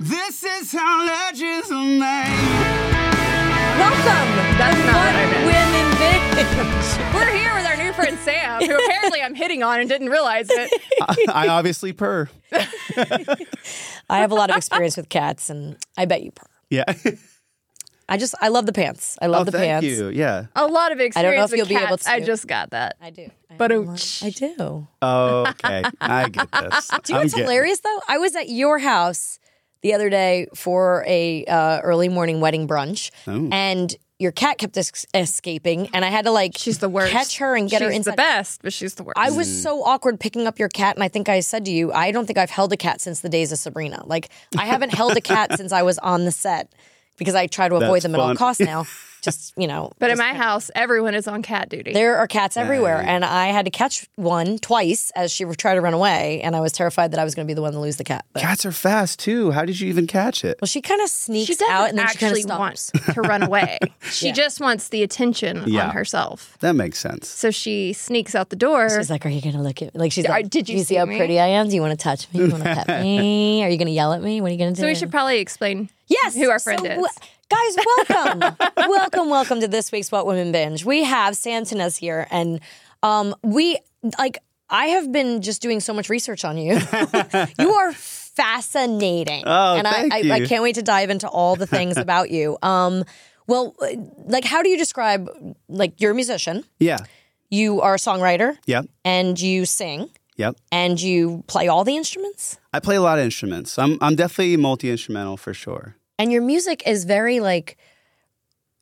This is how legends are made. Welcome. That's not what I meant. Women Vintage. We're here with our new friend Sam, who apparently I'm hitting on and didn't realize it. I obviously purr. I have a lot of experience with cats, and I bet you purr. Yeah. I just, I love the pants. I love oh, the thank pants. you. Yeah. A lot don't of know experience if you'll with be able cats. to. I just got that. I do. I But, have a um, lot- I do. Okay. I get this. Do you know I'm what's getting it. hilarious though? I was at your house the other day for a uh, early morning wedding brunch, and your cat kept es- escaping, and I had to like She's the worst. catch her and get her She's inside. the best, but she's the worst. I Mm. was so awkward picking up your cat, and I think I said to you, I don't think I've held a cat since the days of Sabrina. Like I haven't held a cat since I was on the set because I try to avoid That's them at all fun. costs now. Just you know, but in my house, everyone is on cat duty. there are cats everywhere, and I had to catch one twice as she tried to run away, and I was terrified that I was going to be the one to lose the cat. But- Cats are fast too. How did you even catch it? Well, she kind of she sneaks doesn't out and then she kind of actually stops. want to run away. She just wants the attention Yeah. on herself. That makes sense. So she sneaks out the door. She's like, "Are you gonna look at me? Like she's Are- like, did you see, see how me?" pretty I am? Do you want to touch me? You want to pet me? Are you gonna yell at me? What are you gonna do?" so we should probably explain yes, who our friend so, is. w- Guys, welcome, welcome, welcome to this week's What Women Binge. We have Santanas here, and um, we like I have been just doing so much research on you. you are fascinating, Oh, and thank I, I, I you. can't wait to dive into all the things about you. Um, well, like, how do you describe like you're a musician? Yeah. You are a songwriter. Yep. and you sing Yep. and you play all the instruments I play a lot of instruments. I'm I'm definitely multi instrumental for sure. and your music is very like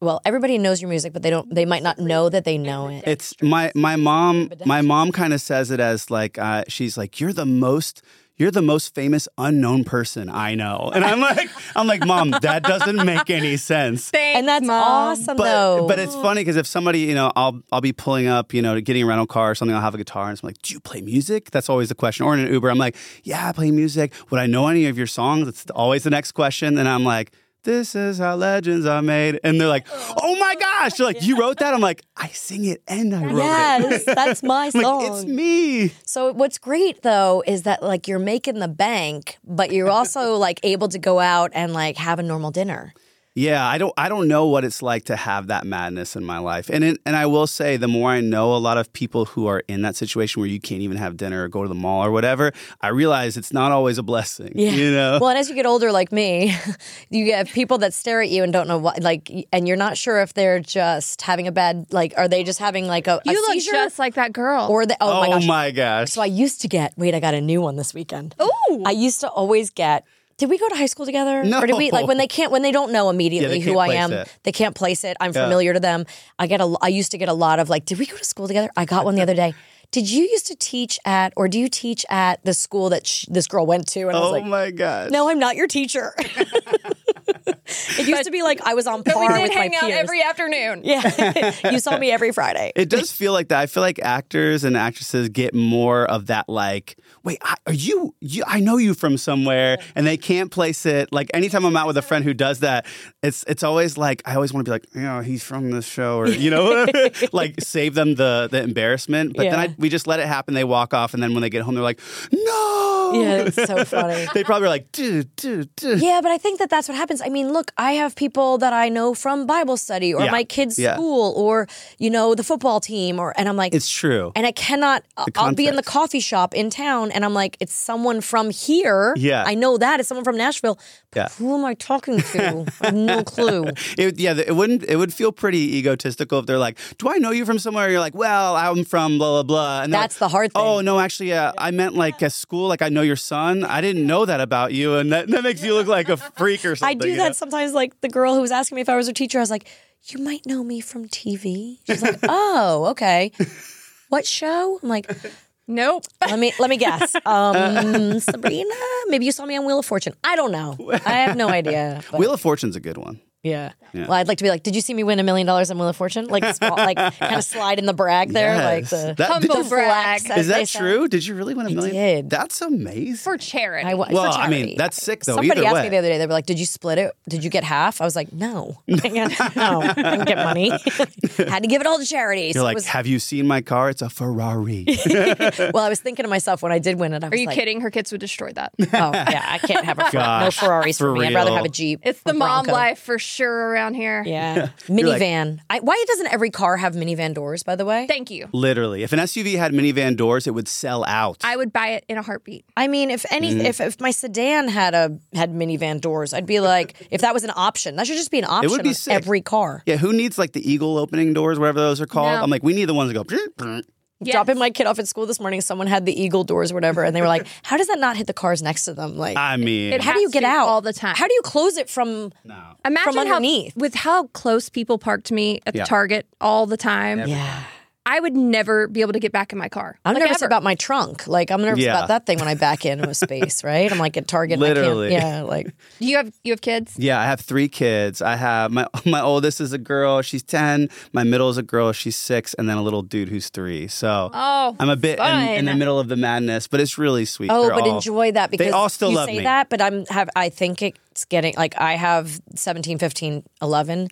well everybody knows your music but they don't they might not know that they know it It's my my mom. My mom kind of says it as like uh, she's like you're the most you're the most famous unknown person I know, and I'm like I'm like mom, that doesn't make any sense. Thanks, and that's Mom. awesome But, though but it's funny because if somebody you know I'll I'll be pulling up you know getting a rental car or something I'll have a guitar and I'm like do you play music that's always the question or in an Uber I'm like yeah I play music would I know any of your songs it's always the next question and I'm like this is how legends are made and they're like oh my gosh they're like you wrote that I'm like I sing it and I wrote yeah it that's, that's my I'm song like, it's me so what's great though is that like you're making the bank but you're also like able to go out and like have a normal dinner Yeah, I don't I don't know what it's like to have that madness in my life. And it, and I will say the more I know a lot of people who are in that situation where you can't even have dinner or go to the mall or whatever, I realize it's not always a blessing, you know. Well, and as you get older, like me, you get people that stare at you and don't know what, like, and you're not sure if they're just having a bad, like, are they just having like a, a You look seizure just like that girl. or the, oh, my gosh. gosh. So I used to get, wait, I got a new one this weekend. Ooh. I used to always get, did we go to high school together? Or did we, like, when they can't, when they don't know immediately Yeah, they who can't I place am, it. they can't place it. I'm familiar to them. I get a, I used to get a lot of like, did we go to school together? I got one the other day. Did you used to teach at, or do you teach at the school that sh- this girl went to? And I was oh like, my gosh. no, I'm not your teacher. it used to be like I was on par we did with hang my out peers. every afternoon. yeah, you saw me every Friday. It does feel like that. I feel like actors and actresses get more of that like, wait, I, are you, you I know you from somewhere and they can't place it. Like anytime I'm out with a friend who does that, it's it's always like I always want to be like, yeah, he's from this show or you know, like save them the the embarrassment. But then Yeah. I, we just let it happen. They walk off and then when they get home they're like, "No." Yeah, it's so funny. they probably are like, dude, dude, dude. Yeah, but I think that that's what happens. I mean, look, I have people that I know from Bible study or Yeah. my kids' Yeah. school or you know the football team or and I'm like It's true. and I cannot. I'll- I'll be in the context. coffee shop in town, and I'm like, it's someone from here. Yeah. I know that it's someone from Nashville. But Yeah. who am I talking to? I have no clue. It, yeah, it wouldn't. It would feel pretty egotistical if they're like, "Do I know you from somewhere?" You're like, "Well, I'm from blah blah blah." And they're That's like, the hard thing. Oh no, actually, uh, I meant like at school. Like I know your son. I didn't know that about you, and that, that makes you look like a freak or I something. do you that know? sometimes. Like the girl who was asking me if I was her teacher, I was like, "You might know me from TV." She's like, "Oh, okay. What show?" I'm like, Nope. "Let me let me guess. Um, Sabrina. Maybe you saw me on Wheel of Fortune. I don't know. I have no idea." But Wheel of Fortune's a good one. Yeah. Well, I'd like to be like, did you see me win a million dollars on Wheel of Fortune? Like, small, like kind of slide in the brag there, Yes. like the That- Humble did- brag. flex, as Is they that say. true? Did you really win a million? did. That's amazing. for charity. I wa- for well, I mean, charity. that's sick though. Somebody Either asked way. me the other day. They were like, "Did you split it? Did you get half?" I was like, "No, no, I didn't get money. Had to give it all to charity." So You're it like, was- have you seen my car? It's a Ferrari. well, I was thinking to myself when I did win it. I was Are you like, kidding? Her kids would destroy that. Oh yeah, I can't have a Fer- no Gosh, Ferraris for, for me. I'd rather real. have a Jeep. It's the or mom Bronco. life for sure around here. Yeah, like- minivan. I, why doesn't every car have minivan doors? By the way, Thank you. Literally, if an SUV had minivan doors, it would sell out. I would buy it in a heartbeat. I mean, if any, Mm-hmm. if, if my sedan had a had minivan doors, I'd be like, if that was an option, that should just be an option be on sick. every car. yeah, who needs like the eagle opening doors, whatever those are called? No. I'm like, we need the ones that go. brrrt, brrrt. Dropping my kid off at school this morning, someone had the eagle doors, or whatever, and they were like, "How does that not hit the cars next to them?" Like, I mean, It how do you has get to out all the time. How do you close it from? no. Imagine From how- underneath. with how close people parked me at Yeah. Target all the time. Yeah, I would never be able to get back in my car. I'm Like, nervous ever. about my trunk. Like, I'm nervous Yeah. about that thing when I back into a space, right? I'm like at Target. and I can't- Literally. yeah, like Do you have you have kids? Yeah, I have three kids. I have my my oldest is a girl, she's ten. My middle is a girl, she's six, and then a little dude who's three. So Oh, I'm a bit in, in the fun. middle of the madness, but it's really sweet. Oh, They're but all- enjoy that because they all still you love say me. that, but I'm have I think it's getting like I have 17, 15, 11.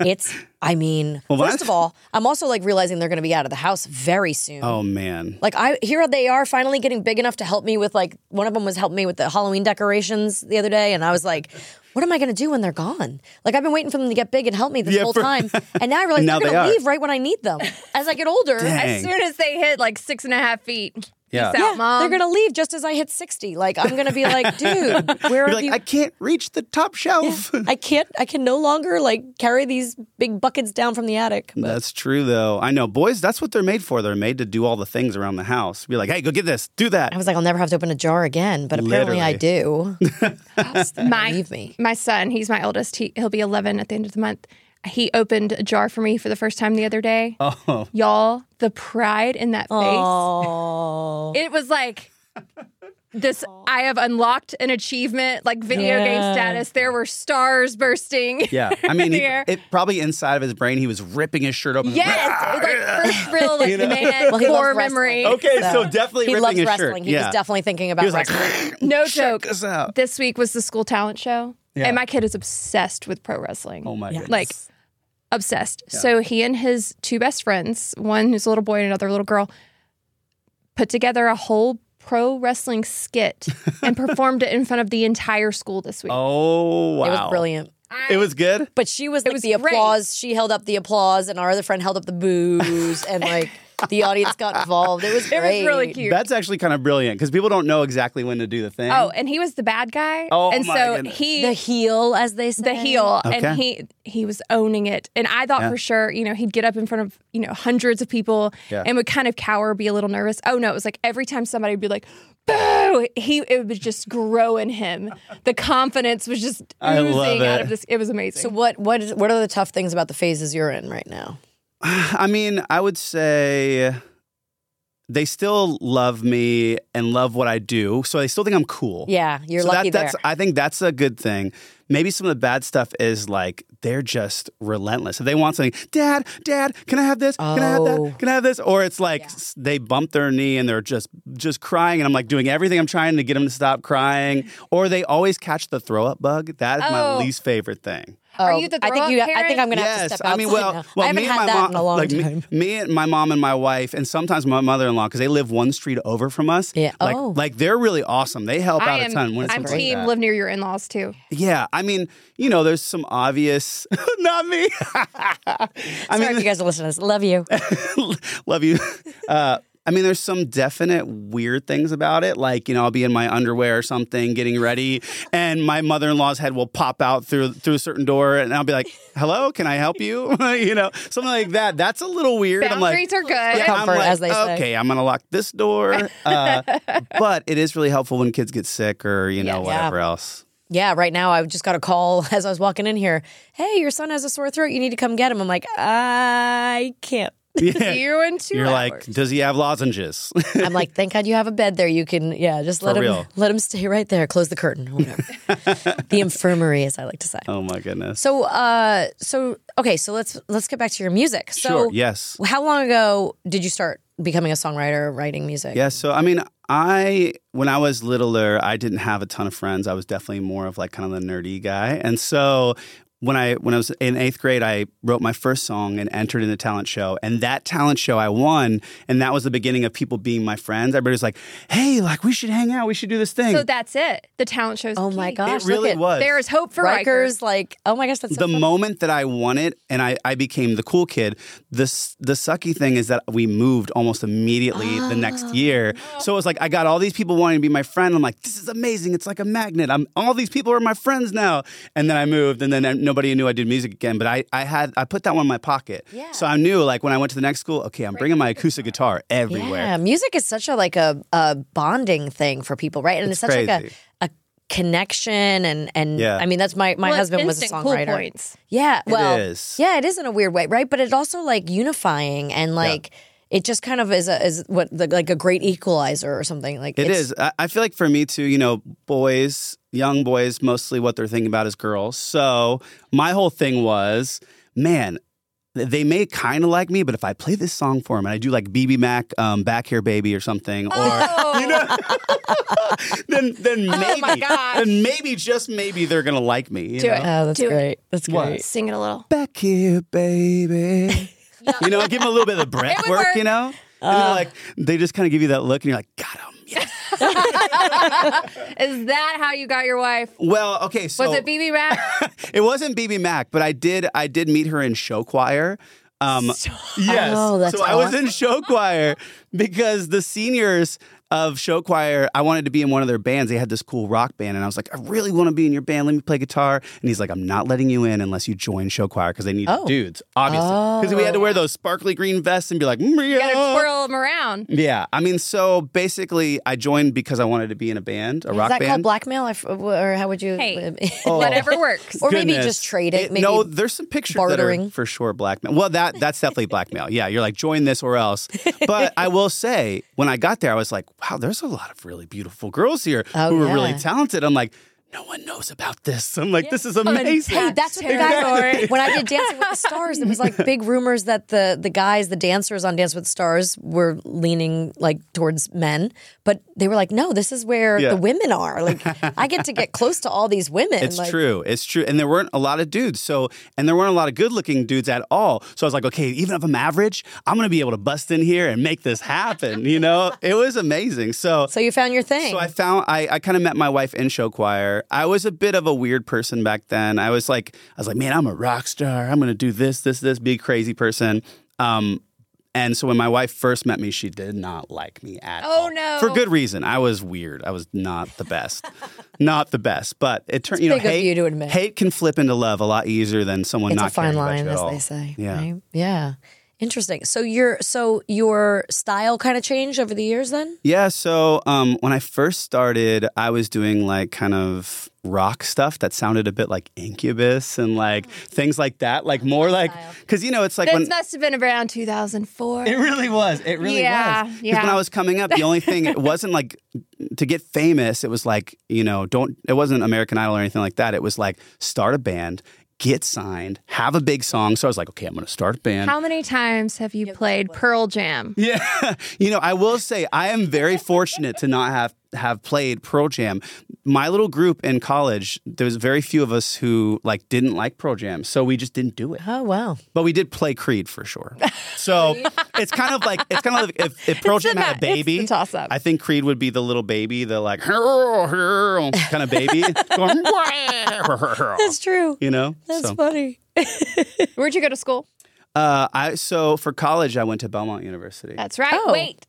it's I mean, Well, when first I- of all, I'm also like realizing they're going to be out of the house very soon. Oh man, Like I here they are finally getting big enough to help me with like one of them was helping me with the Halloween decorations the other day and I was like what am I going to do when they're gone? Like I've been waiting for them to get big and help me this Yeah, whole for- time, and now I realize now they're they going are. to leave right when I need them. As I get older, Dang. As soon as they hit like six and a half feet, Yeah. peace out, yeah, mom. they're gonna leave just as I hit sixty. Like I'm gonna be like, dude, where you're have like you? I can't reach the top shelf. I can't. I can no longer like carry these big buckets down from the attic. But That's true, though. I know boys. That's what they're made for. They're made to do all the things around the house. Be like, hey, go get this, do that. I was like, I'll never have to open a jar again. But apparently, I do. my Leave me. my son, he's my oldest. He he'll be 11 at the end of the month. He opened a jar for me for the first time the other day. Oh, Y'all, the pride in that Oh, face. It was like this I have unlocked an achievement like video game Yeah. status. There were stars bursting. yeah. I mean, he, Yeah. it probably inside of his brain, he was ripping his shirt open. Yes, it's like first real like man Well, he core loves wrestling. memory. Okay, so, definitely he ripping loves his wrestling. shirt. He yeah. was definitely thinking about. He was like, wrestling. No check joke. this out. This week was the school talent show, Yeah. and my kid is obsessed with pro wrestling. Oh my Yeah. goodness. like obsessed. So he and his two best friends, one who's a little boy and another little girl, put together a whole pro wrestling skit and performed it in front of the entire school this week. Oh wow, it was brilliant. It was good. But she was like was the great. applause. She held up the applause, and our other friend held up the booze, and like the audience got involved. It was It great. was really cute. That's actually kind of brilliant because people don't know exactly when to do the thing. oh, and he was the bad guy. Oh, and my so goodness. he The heel, as they say. the heel Okay. and he he was owning it and i thought Yeah. for sure you know he'd get up in front of you know hundreds of people Yeah. and would kind of cower be a little nervous oh no it was like every time somebody would be like boo he it would just grow in him the confidence was just I love oozing it. out of this it was amazing So what? What? Is, what are the tough things about the phases you're in right now? I mean, I would say they still love me and love what I do, so they still think I'm cool. Yeah, you're So that- lucky that's there. I think that's a good thing. Maybe some of the bad stuff is like they're just relentless. If they want something, Dad, Dad, can I have this? Can I have Oh. that? Can I have this? Or it's like s- they bump their knee and they're just just crying, and I'm like doing everything I'm trying to get them to stop crying. Or they always catch the throw up bug. That is my Oh. least favorite thing. Are you the I think throw-up I think I'm gonna have Yes, to step I out. mean, well, well, I haven't me had and my that mom, in a long like, me- time. Me, and my mom and my wife, and sometimes my mother-in-law, because they live one street over from us. Yeah. like, Oh. like they're really awesome. They help i out a ton. am When it's i'm something like team that. live near your in-laws too Yeah, I mean, you know, there's some obvious. not me. I Sorry if mean, you guys are listening to this. Love you. love you. Uh, I mean, there's some definite weird things about it. Like, you know, I'll be in my underwear or something, getting ready, and my mother-in-law's head will pop out through through a certain door, and I'll be like, "Hello, can I help you?" you know, something like that. That's a little weird. I'm like, boundaries are good yeah, Comfort, I'm like, as they say. okay, I'm gonna lock this door. Uh, but it is really helpful when kids get sick or you know Yes. whatever else. Yeah, right now I just got a call as I was walking in here. Hey, your son has a sore throat. You need to come get him. I'm like, I can't Yeah. See you in 2 You're like, hours. does he have lozenges? I'm like, thank God you have a bed there. You can, yeah, just let For him real. let him stay right there. Close the curtain, or whatever. the infirmary, as I like to say. oh my goodness. So, uh, so okay, so let's let's get back to your music. So, sure. Yes. how long ago did you start becoming a songwriter, writing music? Yeah, so I mean, I when I was littler, I didn't have a ton of friends. I was definitely more of like kind of the nerdy guy, and so when I when I was in eighth grade, I wrote my first song and entered in a talent show, and that talent show I won, and that was the beginning of people being my friends. Everybody was like, "Hey, like we should hang out, we should do this thing." so that's it. The talent shows. Oh the my key. gosh, it really look at was. There is hope for Rikers. Rikers, like, oh my gosh, that's so the funny. moment that I won it and I, I became the cool kid, the, s- the sucky thing is that we moved almost immediately the next Oh. year. So it was like, I got all these people wanting to be my friend. I'm like, this is amazing. It's like a magnet. I'm, all these people are my friends now. And then I moved and then uh, nobody knew I did music again. But I, I had, I put that one in my pocket. Yeah. So I knew like when I went to the next school, okay, I'm bringing my acoustic guitar everywhere. Yeah, music is such a like a, a bonding thing for people, right? And it's, It's such like crazy. a, a connection and and Yeah. I mean that's my my Well, it's husband was a instant cool songwriter. points. Yeah, well, is. yeah, it is in a weird way, right? But it also like unifying and like it just kind of is a is what the, like a great equalizer or something like It it's- is. I, I feel like for me too, you know, boys, young boys, mostly what they're thinking about is girls. So my whole thing was, man, th- they may kind of like me, but if I play this song for them and I do like BB Mac, um, Back Here Baby or something, or Oh, then then maybe, my gosh. then maybe just maybe they're gonna like me. you Do know? it. Oh, that's Do it. great. That's What? great. Sing it a little. Back here, baby. you know, give them a little bit of the breath would work, work. you know. And they're like, they just kind of give you that look, and you're like, got them. Is that how you got your wife? Well, okay. So Was it BB Mac? It wasn't BB Mac, but I did I did meet her in show choir. Um, yes, Oh, that's so I was in show choir because the seniors of show choir, I wanted to be in one of their bands. They had this cool rock band, and I was like, I really want to be in your band. Let me play guitar. And he's like, I'm not letting you in unless you join show choir because they need Oh. dudes, obviously, because we had to wear those sparkly green vests and be like, "Meow." Gotta twirl them around. yeah. I mean, so basically, I joined because I wanted to be in a band, a is rock that band. called blackmail? I f- or how would you? Hey. Oh. Whatever works. Or maybe Goodness. just trade it. Maybe no, there's some pictures that bartering. are for sure blackmail. Well, that that's definitely blackmail. Yeah, you're like join this or else. But I will say, when I got there, I was like, wow, there's a lot of really beautiful girls here Oh, who are really yeah. talented. I'm like, no one knows about this. I'm like, this is amazing. Hey, that's what the guys. When I did Dancing with the Stars, there was like big rumors that the the guys, the dancers on Dance with the Stars, were leaning like towards men, but they were like, no, this is where Yeah. the women are. Like, I get to get close to all these women. It's like, true. It's true. And there weren't a lot of dudes. So, and there weren't a lot of good looking dudes at all. So I was like, okay, even if I'm average, I'm going to be able to bust in here and make this happen. You know, it was amazing. So, So you found your thing. So I found I, I kind of met my wife in show choir. I was a bit of a weird person back then. I was like I was like, man, I'm a rock star. I'm gonna do this, this, this, be a crazy person. Um, and so when my wife first met me, she did not like me at Oh, all. no. For good reason. I was weird. I was not the best. not the best. But it turned you know big of hate, you to admit. hate can flip into love a lot easier than someone it's not a fine caring about line, you at as all. they say. Yeah. right? Yeah. Interesting. So your so your style kind of changed over the years, then. Yeah, so um, when I first started, I was doing like kind of rock stuff that sounded a bit like Incubus and Oh. like things like that, like more like because you know it's like This when must have been around 2004. it really was, it really Yeah, was. 'Cause yeah. When I was coming up, the only thing it wasn't like to get famous. It was like you know don't it wasn't American Idol or anything like that. It was like start a band, get signed, have a big song. So I was like, okay, I'm gonna start a band. How many times have you played Pearl Jam? Yeah, you know, I will say I am very fortunate to not have have played Pearl Jam. My little group in college, there was very few of us who like didn't like Pearl Jam, so we just didn't do it. Oh wow. But we did play Creed for sure. So it's kind of like it's kind of like if, if Pearl Jam had a ma- it's baby, the toss-up. I think Creed would be the little baby, the like kind of baby, going, That's true. you know. That's so, funny. Where'd you go to school? uh, I so for college I went to Belmont University. That's right. Oh. Wait.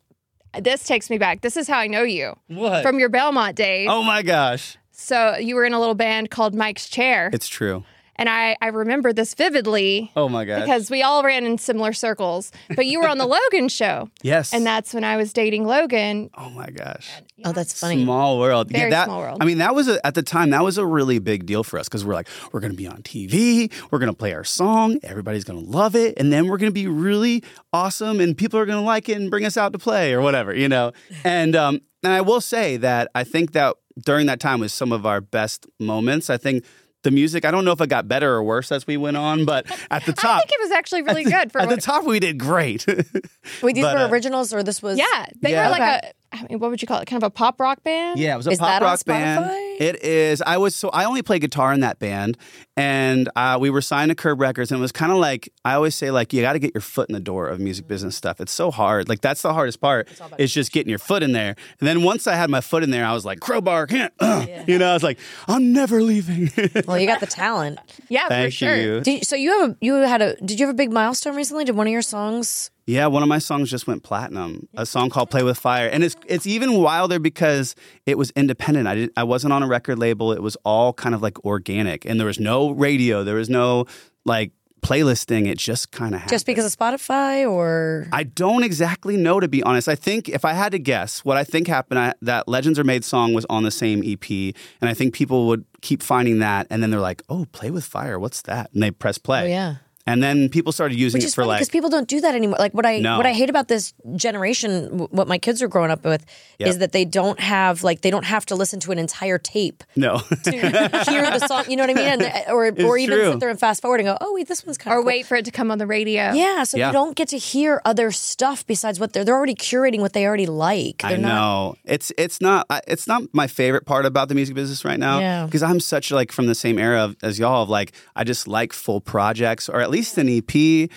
This takes me back. This is how I know you What? from your Belmont days. oh my gosh, So you were in a little band called Mike's Chair, it's true. And I, I remember this vividly Oh my god. because we all ran in similar circles. But you were on the Logan show. yes. And that's when I was dating Logan. Oh my gosh. Oh, that's funny. Small world. Very that, small world. I mean, that was a, at the time that was a really big deal for us because we're like, we're going to be on TV, we're going to play our song, everybody's going to love it, and then we're going to be really awesome, and people are going to like it and bring us out to play or whatever, you know. And um, and I will say that I think that during that time was some of our best moments. I think. The music, I don't know if it got better or worse as we went on, but at the I top, think it was actually really good for Ah. at the what, top, we did great. Wait, these But, were uh, originals or this was? Yeah. They Yeah. were like a I mean, what would you call it? Kind of a pop rock band? Yeah, it was a Is pop that on rock band. Spotify? It is. I was so I only play guitar in that band, and uh, we were signed to Curb Records, and it was kind of like I always say, like you got to get your foot in the door of Mm-hmm. music business stuff. It's so hard. Like that's the hardest part. It's just getting your foot in there. And then once I had my foot in there, I was like crowbar, can't. Uh, You know, I was like, I'm never leaving. Well, you got the talent. Yeah, for Thank sure. you. Did, so you have a you had a did you have a big milestone recently? Did one of your songs? Yeah, one of my songs just went platinum. A song called "Play with Fire," and it's it's even wilder because it was independent. I didn't, I wasn't on a record label. It was all kind of like organic, and there was no radio. There was no like playlisting. It just kind of happened. Just because of Spotify or I don't exactly know, to be honest. I think if I had to guess, what I think happened, I, that Legends Are Made song was on the same EP. And I think people would keep finding that. And then they're like, oh, Play with Fire, what's that? And they press play. Oh, yeah. And then people started using Which it is for funny like, because people don't do that anymore. Like what I No. what I hate about this generation, w- what my kids are growing up with, is that they don't have like they don't have to listen to an entire tape no. to hear the song. You know what I mean? And the- or or even true. sit there and fast forward and go, oh wait, this one's kind Or of wait for it to come on the radio. Yeah, so Yeah. you don't get to hear other stuff besides what they're they're already curating what they already like. They're I know it's it's not I- it's not my favorite part about the music business right now Yeah. because I'm such like from the same era of, as y'all of like I just like full projects or at least an E EP because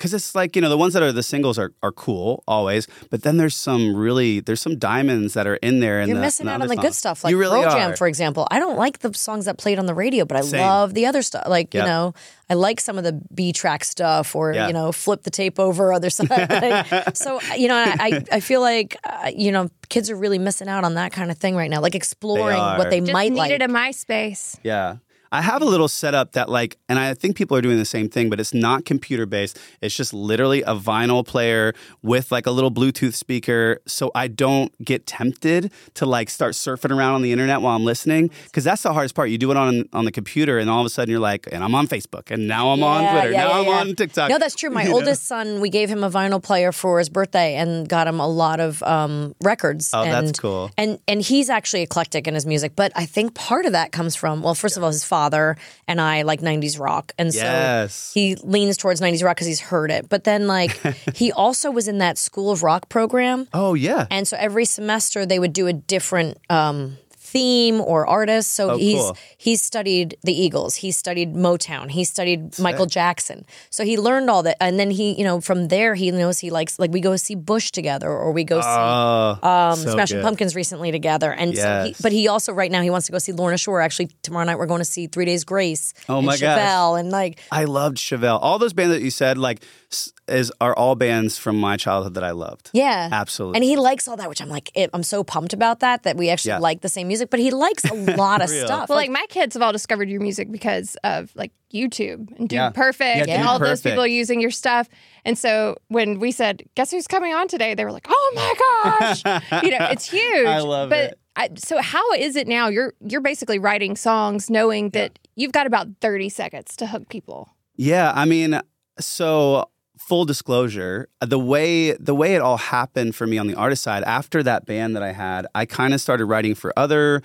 it's like you know the ones that are the singles are, are cool always but then there's some really there's some diamonds that are in there and You're the, missing in out other on the good songs. stuff, like you really Pearl are. Jam, for example. I don't like the songs that played on the radio, but I Same. love the other stuff. Like Yep. you know, I like some of the B track stuff, or Yeah. you know, flip the tape over other side. Like, so you know, I I I feel like uh, you know, kids are really missing out on that kind of thing right now, like exploring are. what they Just might like. needed a MySpace. Yeah. I have a little setup that like and I think people are doing the same thing but it's not computer based. It's just literally a vinyl player with like a little bluetooth speaker so I don't get tempted to like start surfing around on the internet while I'm listening cuz that's the hardest part. You do it on on the computer and all of a sudden you're like and I'm on Facebook and now I'm on Yeah, Twitter. yeah, now yeah, I'm yeah. on TikTok. No, that's true. My You know? oldest son, we gave him a vinyl player for his birthday and got him a lot of um, records. Oh, and, that's cool. And and he's actually eclectic in his music, but I think part of that comes from well, first of all, his father and I like '90s rock, and Yes. so he leans towards '90s rock because he's heard it. But then like he also was in that School of Rock program. Oh yeah. And so every semester they would do a different um, theme or artist. So he's Oh, cool. he's studied the Eagles, he studied Motown, he studied Michael Jackson. So he learned all that, and then he, you know, from there he knows he likes like we go see Bush together, or we go see Oh, um, so Smashing good. Pumpkins recently together. And so Yes. he, but he also right now he wants to go see Lorna Shore. Actually, tomorrow night we're going to see Three Days Grace. Oh, and my gosh. Chevelle, and like I loved Chevelle. All those bands that you said like s- is are all bands from my childhood that I loved. Yeah. Absolutely. And he likes all that, which I'm like, it, I'm so pumped about that, that we actually Yeah. like the same music, but he likes a lot of Real. stuff. Well, Uh, like my kids have all discovered your music because of like YouTube and Dude Yeah. Yeah, Perfect Dude and all those Perfect. people using your stuff. And so when we said, "Guess who's coming on today?" they were like, "Oh my gosh!" you know, it's huge. I love but it. I, so how is it now? You're you're basically writing songs knowing that you've got about thirty seconds to hook people. Yeah, I mean, so full disclosure, uh, the way the way it all happened for me on the artist side after that band that I had, I kind of started writing for other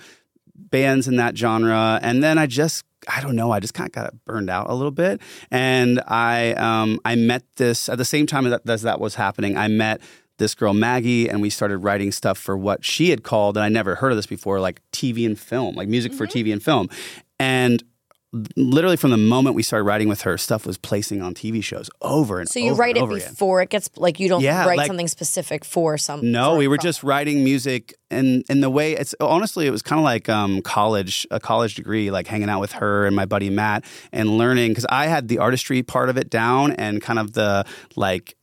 bands in that genre and then I just I don't know, I just kind of got burned out a little bit and I um I met this at the same time that, as that was happening, I met this girl Maggie and we started writing stuff for what she had called and I never heard of this before like TV and film, like music Mm-hmm. for TV and film. And literally from the moment we started writing with her, stuff was placing on TV shows over and so you over write and it over again. before it gets, like, you don't Yeah, write like- something specific for some. No, for we a were pro- just writing music, and and the way it's honestly, it was kind of like um, college, a college degree, like hanging out with her and my buddy Matt and learning because I had the artistry part of it down and kind of the like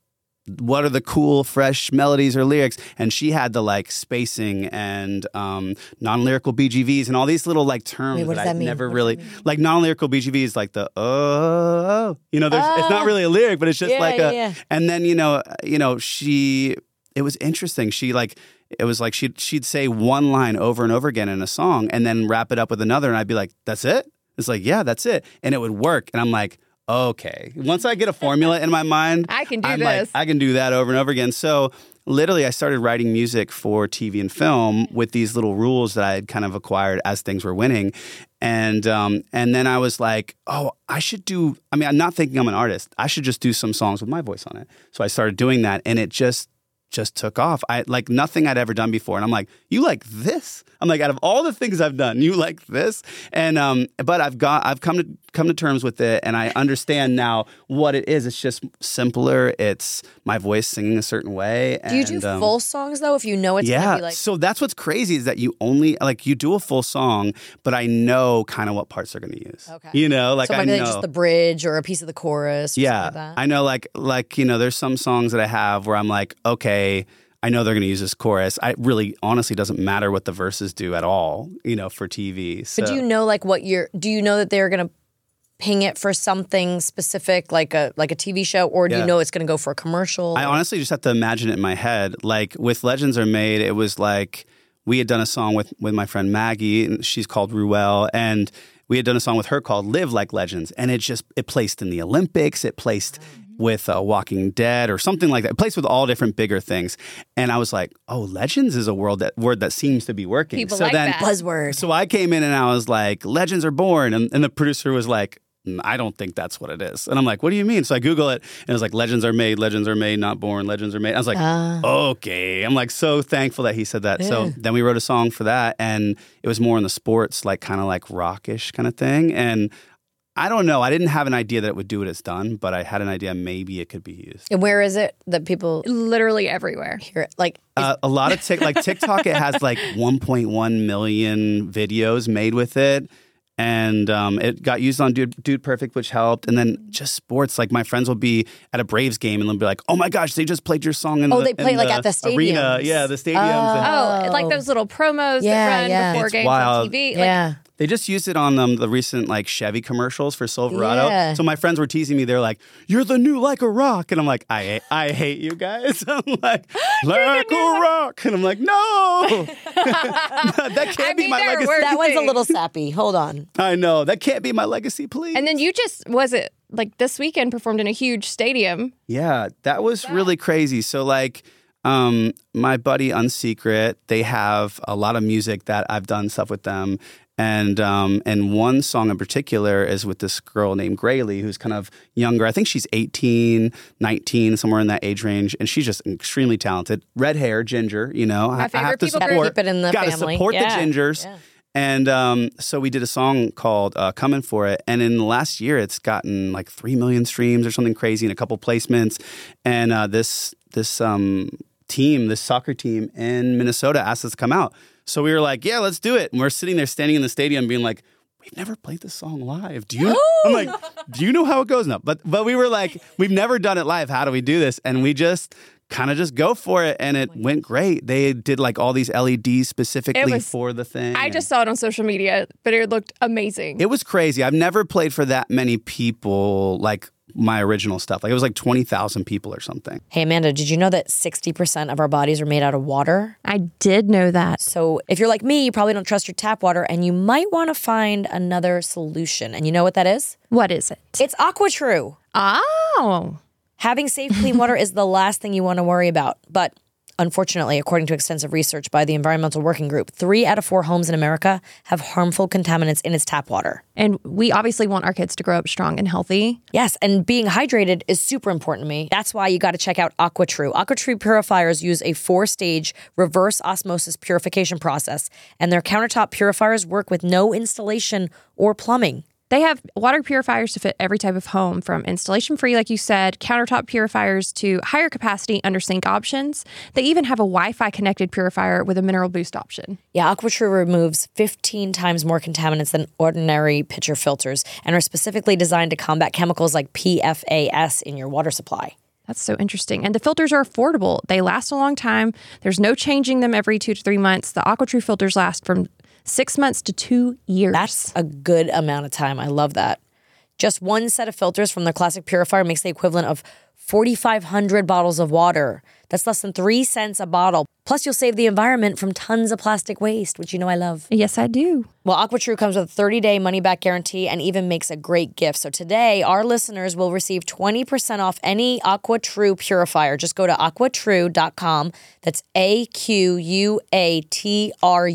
what are the cool fresh melodies or lyrics and she had the like spacing and um, non-lyrical bgvs and all these little like terms Wait, what does i that mean? never What does really like non-lyrical bgvs like the oh you know there's, it's not really a lyric but it's just Yeah, like yeah, a yeah. and then you know uh, you know she it was interesting she like it was like she'd, she'd say one line over and over again in a song and then wrap it up with another and i'd be like that's it it's like yeah that's it and it would work and i'm like okay once i get a formula in my mind I can do I'm this. Like, I can do that over and over again. So literally, I started writing music for TV and film with these little rules that I had kind of acquired as things were winning, and um, and then I was like, oh, I should do. I mean, I'm not thinking I'm an artist. I should just do some songs with my voice on it. So I started doing that, and it just just took off. I like nothing I'd ever done before, and I'm like, you like this? I'm like, out of all the things I've done, you like this? And um, but I've got I've come to come to terms with it, and I understand now what it is. It's just simpler. It's my voice singing a certain way. Do you and, do um, full songs though? If you know it's yeah. gonna be like so that's what's crazy is that you only like you do a full song, but I know kind of what parts they're going to use. Okay. You know, like so it I might be know like just the bridge or a piece of the chorus. Or yeah something like that. i know like like you know there's some songs that i have where i'm like okay i know they're going to use this chorus i it really honestly doesn't matter what the verses do at all you know for tv so But do you know like what you're? Do you know that they're gonna ping it for something specific, like a like a TV show, or do Yeah. you know it's gonna go for a commercial? i honestly just have to imagine it in my head like with legends are made it was like we had done a song with with my friend maggie and she's called ruel and we had done a song with her called live like legends and it just it placed in the olympics it placed Mm-hmm. with uh, Walking Dead or something like that. It Placed with all different bigger things, and I was like, "Oh, legends is a world that word that seems to be working." People so like then, that. buzzword. So I came in and I was like, Legends are born. And, and the producer was like, "Mm, I don't think that's what it is. And I'm like, what do you mean? So I Google it and it was like, Legends are made, Legends are made, not born, Legends are made. I was Uh. like, okay. I'm like so thankful that he said that. So then we wrote a song for that and it was more in the sports, like kind of like rockish kind of thing. And I don't know. I didn't have an idea that it would do what it's done, but I had an idea maybe it could be used. and where is it that people Literally everywhere. hear it? Like Uh, a lot of tick like TikTok, it has like 1.1 million videos made with it, and um, it got used on Dude, Dude Perfect, which helped. And then just sports, like my friends will be at a Braves game and they'll be like, "Oh my gosh, they just played your song!" In Oh, the, they play, in like, at the arena, stadiums. yeah, the stadiums. and Oh, Oh. like those little promos Yeah, that run yeah. before It's games wild. on TV. Like, yeah. They just used it on um, the recent like Chevy commercials for Silverado. Yeah. So my friends were teasing me. They're like, "You're the new like a rock," and I'm like, "I I hate you guys." I'm like, "Like a rock," and I'm like, "No, that can't I be mean, my there legacy." were- That one's a little sappy. Hold on. I know that can't be my legacy, please. And then you just was it like this weekend performed in a huge stadium. Yeah, that was really crazy. So like um my buddy Unsecret, they have a lot of music that I've done stuff with them. And um and one song in particular is with this girl named Grayley who's kind of younger. I think she's 18, 19, somewhere in that age range and she's just extremely talented. Red hair, ginger, you know. I- I, favorite have to people support group. Gotta keep it in the gotta family. support Yeah. the gingers. Yeah. And um, so we did a song called uh, "Coming for It," and in the last year, it's gotten like three million streams or something crazy, and a couple placements. And uh, this this um, team, this soccer team in Minnesota, asked us to come out. So we were like, "Yeah, let's do it." And we're sitting there, standing in the stadium, being like. We've never played this song live. Do you? I'm like, do you know how it goes? No, but but we were like, we've never done it live. How do we do this? And we just kind of just go for it, Oh and it went great. They did like all these LEDs specifically was- for the thing. I and- just saw it on social media, but it looked amazing. it was crazy. I've never played for that many people like my original stuff. Like it was like 20,000 people or something. Hey Amanda, did you know that 60% of our bodies are made out of water? I did know that. So if you're like me, you probably don't trust your tap water and you might want to find another solution. And you know what that is? What is it? It's AquaTrue. Oh. Having safe, clean water is the last thing you want to worry about. But unfortunately, according to extensive research by the Environmental Working Group, three out of four homes in America have harmful contaminants in its tap water. And we obviously want our kids to grow up strong and healthy. Yes, and being hydrated is super important to me. That's why you got to check out AquaTrue. AquaTrue purifiers use a four-stage reverse osmosis purification process, and their countertop purifiers work with no installation or plumbing. They have water purifiers to fit every type of home, from installation free, like you said, countertop purifiers to higher capacity under sink options. They even have a Wi Fi connected purifier with a mineral boost option. Yeah, AquaTrue removes 15 times more contaminants than ordinary pitcher filters and are specifically designed to combat chemicals like PFAS in your water supply. That's so interesting. And the filters are affordable. They last a long time. There's no changing them every two to three months. The AquaTrue filters last from six months to two years. That's a good amount of time. I love that. Just one set of filters from their classic purifier makes the equivalent of 4,500 bottles of water. That's less than three cents a bottle. Plus, you'll save the environment from tons of plastic waste, which you know I love. yes, I do. Well, AquaTrue comes with a 30 day money back guarantee and even makes a great gift. So today, our listeners will receive 20% off any AquaTrue purifier. Just go to aquatrue.com. That's A Q U A T R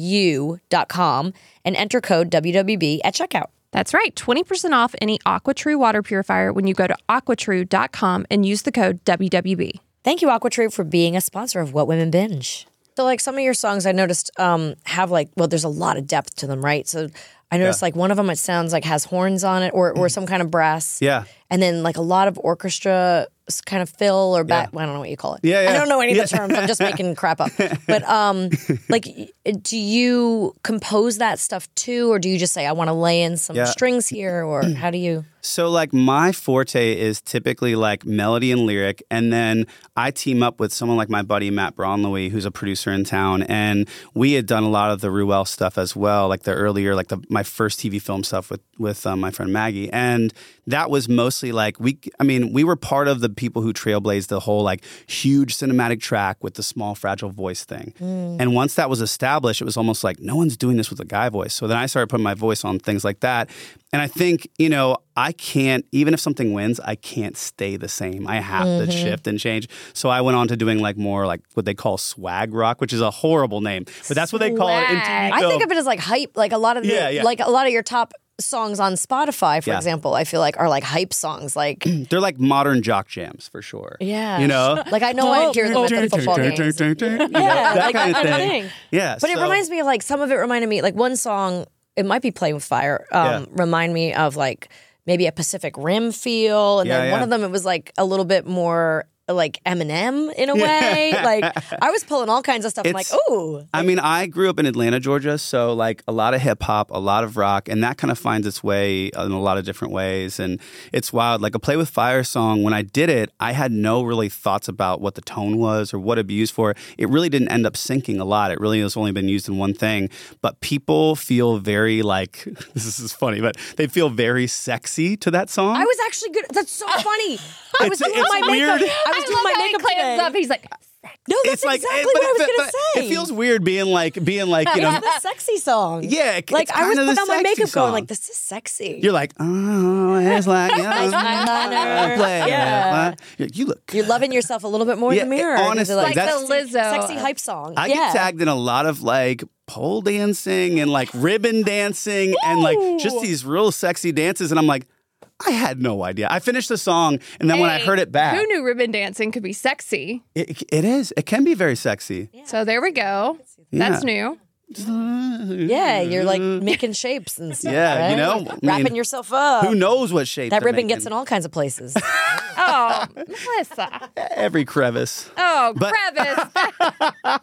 U.com and enter code WWB at checkout. That's right. 20% off any AquaTrue water purifier when you go to aquatrue.com and use the code WWB. Thank you, AquaTrue, for being a sponsor of What Women Binge. So, like some of your songs, I noticed um, have like well, there's a lot of depth to them, right? So, I noticed like one of them, it sounds like has horns on it or or some kind of brass, Yeah. and then like a lot of orchestra s- kind of fill or back. I don't know what you call it. Yeah, I yeah. don't know any of the terms. I'm just making crap up. But um, like, y- do you compose that stuff too, or do you just say I want to lay in some Yeah. strings here, or how do you? So like my forte is typically like melody and lyric, and then I team up with someone like my buddy Matt Braunley, who's a producer in town, and we had done a lot of the Ruel stuff as well, like the earlier, like the my first TV film stuff with with um, my friend Maggie, and that was mostly like we, I mean, we were part of the people who trailblazed the whole like huge cinematic track with the small fragile voice thing, Mm. and once that was established, it was almost like no one's doing this with a guy voice. So then I started putting my voice on things like that. And I think, you know, I can't, even if something wins, I can't stay the same. I have Mm-hmm. to shift and change. So I went on to doing like more like what they call swag rock, which is a horrible name, but that's what they call it. In TV Swag. I film. think of it as like hype. Like a lot of the, Yeah, yeah. like a lot of your top songs on Spotify, for Yeah. example, I feel like are like hype songs. Like They're like modern jock jams for sure. Yeah. You know? like I know I hear them at the football games. yeah, that like kind that of kind of thing. thing. Yeah. But it so- reminds me of like some of it reminded me like one song. It might be playing with fire. Um, Yeah. Remind me of like maybe a Pacific Rim feel, and Yeah, then one yeah. of them it was like a little bit more like Eminem in a way. like I was pulling all kinds of stuff. I'm like, It's- oh, I mean, I grew up in Atlanta, Georgia, so like a lot of hip hop, a lot of rock, and that kind of finds its way in a lot of different ways. And it's wild. Like a Play with Fire song, when I did it, I had no really thoughts about what the tone was or what it'd be used for. It really didn't end up syncing a lot. It really has only been used in one thing. But people feel very like this is funny, but they feel very sexy to that song. I was actually good. That's so funny. I It's- was doing it's my weird. makeup. I was doing my makeup today. He's like, No, that's it's like exactly it- what I was but- gonna but- say. It feels weird being like being like you know. It's the sexy song. Yeah, it- like it's I was kinda putting the on my sexy makeup, going song. like, "This is sexy." You're like, oh, it's like, yeah, eyeliner. play. Yeah. Yeah. You look. You're loving yourself a little bit more Yeah, in the mirror. because honestly, you're Like that's- the Lizzo. sexy hype song. I yeah. get tagged in a lot of like pole dancing and like ribbon dancing and like just these real sexy dances, and I'm like, I had no idea. I finished the song, and then when I Hey, heard it back, Who knew ribbon dancing could be sexy? it, it is. It can be very sexy. So there we go. That's new. Yeah, you're like making shapes and stuff. Yeah, right? you know, I wrapping mean, yourself up. Who knows what shape that they're ribbon making. gets in all kinds of places. Oh, Melissa. every crevice. Oh, But- Travis.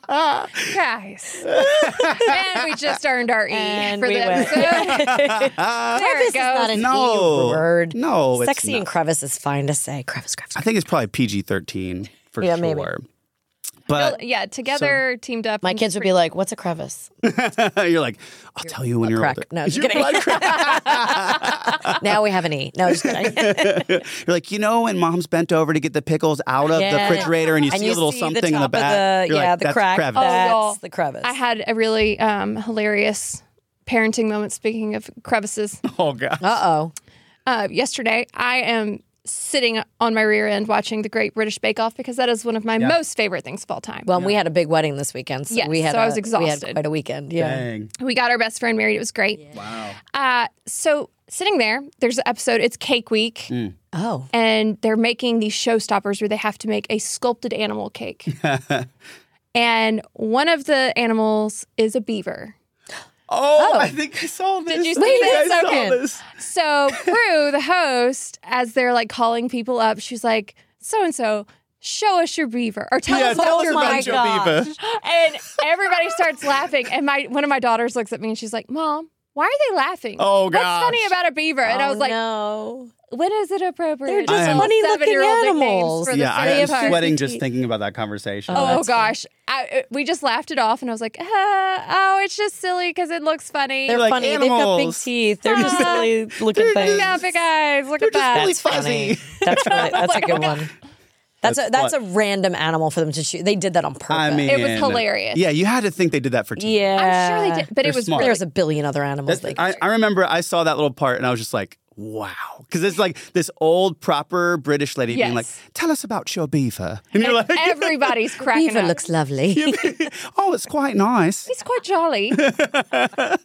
Guys. and we just earned our E And for we the went. episode. there crevice it is not goes. an No. E word. No, it's sexy not. and crevice is fine to say. Crevice, crevice. I think it's probably PG thirteen for Yeah, sure. maybe. But yeah, together, teamed up. My kids would be like, "What's a crevice?" you're like, I'll tell you when you're crack. older. No, just You're kidding. like crack. now we have an E. No, just kidding. You're like, you know, when mom's bent over to get the pickles out of Yeah. the refrigerator and you and see you a little see something the top in the of back. The, You're yeah, like, the that's crack. Oh. crevice. That's Oh, y'all. the crevice. I had a really um, hilarious parenting moment. Speaking of crevices, Oh, God. Uh oh. uh, yesterday I am sitting on my rear end watching The Great British Bake Off because that is one of my most favorite things of all time. Well, and we had a big wedding this weekend. So Yes, we had so I a- was We exhausted. had quite a weekend. Yeah. Dang. we got our best friend married. It was great. Wow. Uh, so sitting there, there's an episode. It's Cake Week, Mm. Oh. and they're making these showstoppers where they have to make a sculpted animal cake. and one of the animals is a beaver. Oh, Oh. I think I saw this. Did you you see think this? I saw Okay. this. So Prue, the host, as they're like calling people up, she's like, "So and so, show us your beaver, or tell Yeah, us tell about us your about beaver." your gosh. beaver. And everybody starts laughing. And my one of my daughters looks at me and she's like, "Mom, why are they laughing? Oh, What's gosh. funny about a beaver?" And I was like, Oh, no. When is it appropriate? They're to just tell funny looking seven-year-old nicknames animals. for the yeah, I city am of Hartford? sweating just thinking about that conversation. Oh, Oh, that's gosh, I, it- we just laughed it off, and I was like, uh, "Oh, it's just silly because it looks funny." They're like funny. They've got big animals. teeth. They're just silly looking things. yeah, big eyes. Look at that. really fuzzy. Funny. That's really, that's a good one. That's a, that's That's a random animal for them to choose. They did that on purpose. I mean, It was hilarious. Yeah, you had to think they did that for TV. yeah, I'm sure they did, but They're it was smart. really There's a billion other animals. That's- They could I, I remember I saw that little part and I was just like, wow. Because it's like this old, proper British lady being like, Yes. tell us about your beaver. And you're like, everybody's cracking Beaver up. looks lovely. oh, it's quite nice. He's quite jolly. I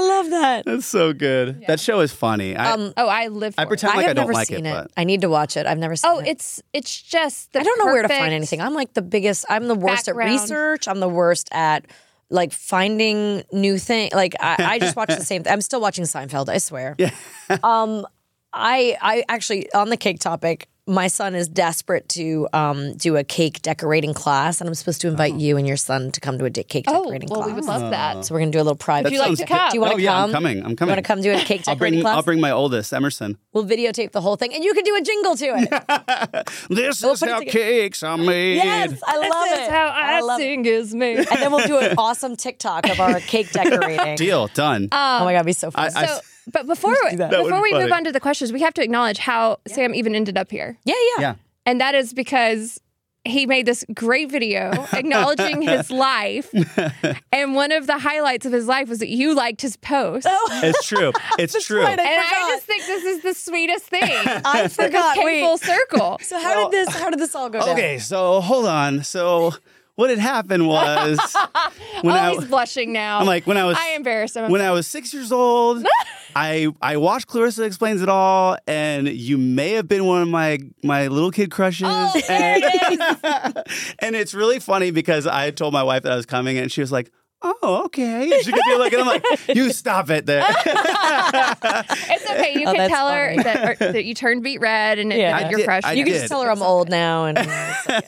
love that. That's so good. That show is funny. I, oh, I live. For I it. pretend like Um, have I don't never like seen it, but I need to watch it. I've never seen Oh, it. it's it's just. The I don't know where to perfect- find anything. I'm like the biggest. I'm the worst Background. at research. I'm the worst at like finding new things. Like I, I just watch the same. thing. I'm still watching Seinfeld. I swear. Yeah. um, I I actually on the cake topic. My son is desperate to um, do a cake decorating class, and I'm supposed to invite you and your son to come to a de- cake Oh, decorating well, class. we would love that. Uh. so we're gonna do a little private. Would you like sounds to good. come? Do you want to oh, yeah, come? I'm coming. I'm You coming. want to come do a cake I'll decorating bring, class? I'll bring my oldest, Emerson. We'll videotape the whole thing, and you can do a jingle to it. This is put it how together. cakes are made. Yes, I love This it. is how I, love it. sing is me. And then we'll do an awesome TikTok of our cake decorating. Deal. Done. Oh my god, it'd be so fun. I- So, but before that. That would before be we move funny. on to the questions, we have to acknowledge how Sam even ended up here, yeah, yeah, yeah. and that is because he made this great video acknowledging his life, and one of the highlights of his life was that you liked his post, It's true. It's true. right, Oh, I and forgot. I just think this is the sweetest thing. I forgot. Came Wait. full circle. So how did this? How did this all go down? Okay, so hold on. So what had happened was when oh, I he's blushing now. I'm like when I was I embarrassed him. when I was six years old, I I watched Clarissa Explains It All, and you may have been one of my my little kid crushes. Oh, and, and it's really funny because I told my wife that I was coming, and she was like. Oh, okay. And she could be like, and I'm like, you stop it there. it's okay. You Oh, can that's tell her funny. that, or, that you turned beat red and Yeah. yeah. I your did- crush. I You can did. just tell her I'm old now, and